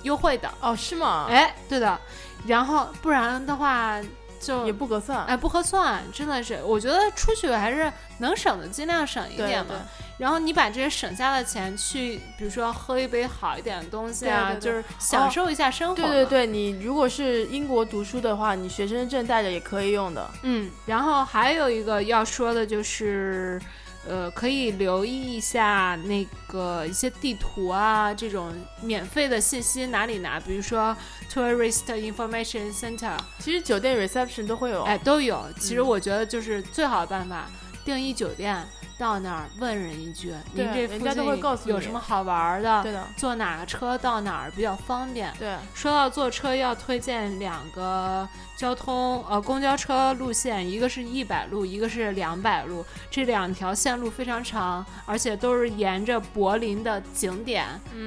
A: 优惠的，
B: 哦是吗？
A: 哎，对的，然后不然的话就
B: 也不合算，
A: 哎不合算，真的是，我觉得出去还是能省的尽量省一
B: 对
A: 点嘛。
B: 对
A: 然后你把这些省下的钱去，比如说喝一杯好一点的东西啊，
B: 对对对
A: 就是享受一下生活、
B: 对对，对，你如果是英国读书的话，你学生证带着也可以用的。
A: 嗯。然后还有一个要说的就是。呃，可以留意一下那个一些地图啊，这种免费的信息哪里拿？比如说 Tourist Information Center，
B: 其实酒店 reception 都会有，
A: 哎，都有。其实我觉得就是最好的办法，订一酒店到那儿问人一句，您
B: 对
A: 这
B: 人
A: 附
B: 家都会告诉
A: 近有
B: 你
A: 什么好玩的？
B: 对的，
A: 坐哪个车到哪儿比较方便？
B: 对，
A: 说到坐车，要推荐两个交通呃公交车路线，一个是一百路，一个是两百路。这两条线路非常长，而且都是沿着柏林的景点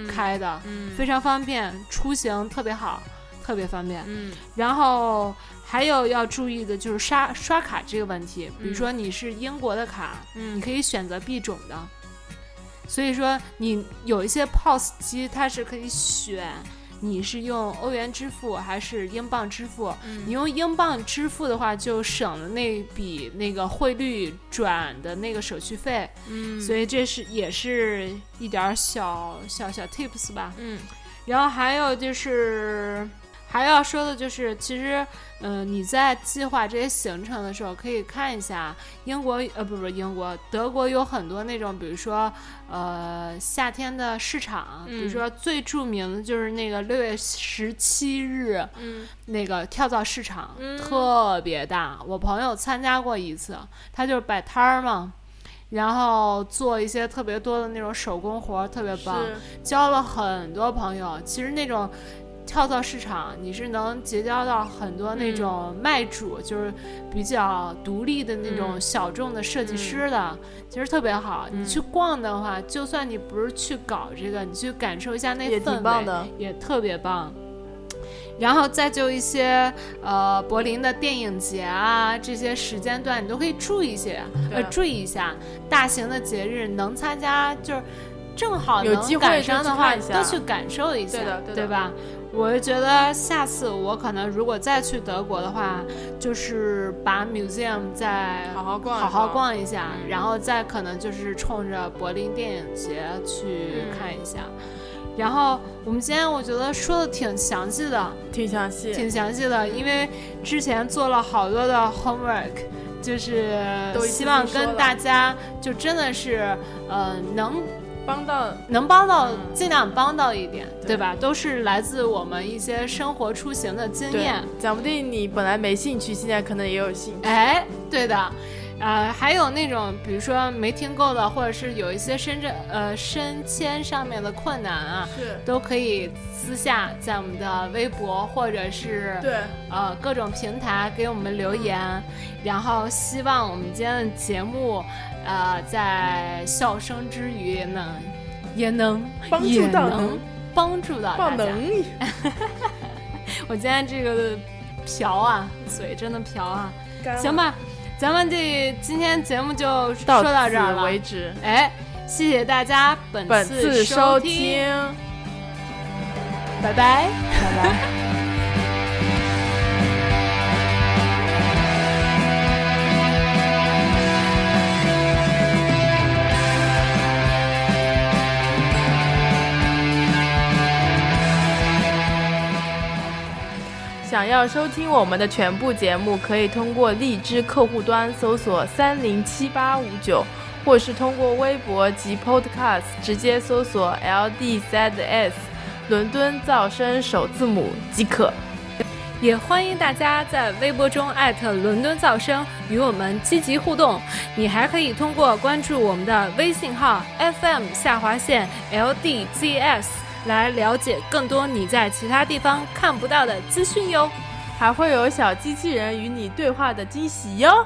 A: 开的，非常方便，出行特别好，特别方便。
B: 嗯，
A: 然后还有要注意的就是刷刷卡这个问题，比如说你是英国的卡，你可以选择币种的，所以说你有一些 POS 机它是可以选。你是用欧元支付还是英镑支付？你用英镑支付的话，就省了那笔那个汇率转的那个手续费。嗯，所以这是也是一点儿小小小 tips 吧。
B: 嗯，
A: 然后还有就是还要说的就是，其实，嗯、你在计划这些行程的时候，可以看一下英国，呃，不不，英国，德国有很多那种，比如说，呃，夏天的市场，比如说最著名的就是那个六月十七日，
B: 嗯，
A: 那个跳蚤市场、特别大，我朋友参加过一次，他就是摆摊儿嘛。然后做一些特别多的那种手工活儿，特别棒。
B: 是，
A: 交了很多朋友。其实那种跳蚤市场，你是能结交到很多那
B: 嗯
A: 种卖主，就是比较独立的那
B: 嗯
A: 种小众的设计师的，其实特别好。你
B: 嗯
A: 去逛的话，就算你不是去搞这个，你去感受一下那
B: 也
A: 氛围，
B: 挺棒的
A: 也特别棒。然后再就一些呃柏林的电影节啊，这些时间段你都可以注意一些，
B: 对
A: 呃注意一下。大型的节日能参加，就是正好
B: 有
A: 能
B: 机会
A: 赶
B: 就
A: 上
B: 去
A: 的话，
B: 看一下
A: 都去感受一下，
B: 对的对的
A: 吧？我就觉得下次我可能如果再去德国的话，就是把 museum 再
B: 好好逛一嗯
A: 好好
B: 逛
A: 逛一下，
B: 嗯
A: 然后再可能就是冲着柏林电影节去看一下。然后我们今天我觉得说的挺详细的，
B: 挺详细。
A: 挺详细的，因为之前做了好多的 homework，就是
B: 都已经
A: 希望
B: 说了
A: 跟大家就真的是，呃，能
B: 帮到
A: 能帮到
B: 嗯
A: 尽量帮到一点，
B: 对
A: 对吧？都是来自我们一些生活出行的经
B: 对
A: 验。，
B: 讲不定你本来没兴趣，现在可能也有兴趣。
A: 哎，对的，呃，还有那种比如说没听够的，或者是有一些深圳呃升迁上面的困难啊，
B: 是，
A: 都可以私下在我们的微博或者是
B: 对，
A: 呃各种平台给我们留言，然后希望我们今天的节目，呃，在笑声之余呢，也能
B: 帮助
A: 也
B: 到
A: 能
B: 能
A: 帮助到
B: 爆
A: 大家。
B: 能，
A: 我今天这个瓢啊，嘴真的瓢啊，
B: 干了
A: 行，吧，咱们这今天节目就说到这儿
B: 此
A: 了。
B: 为止。
A: 哎，谢谢大家本
B: 本次
A: 次
B: 收
A: 听，
B: 听，
A: 拜拜。
B: 拜拜。想要收听我们的全部节目，可以通过荔枝客户端搜索三零七八五九，或是通过微博及 Podcast 直接搜索 LDZS 伦敦噪声首字母即可。
A: 也欢迎大家在微博中艾特伦敦噪声与我们积极互动。你还可以通过关注我们的微信号 FM 下划线 LDZS 来了解更多你在其他地方看不到的资讯哟。
B: 还会有小机器人与你对话的惊喜哟。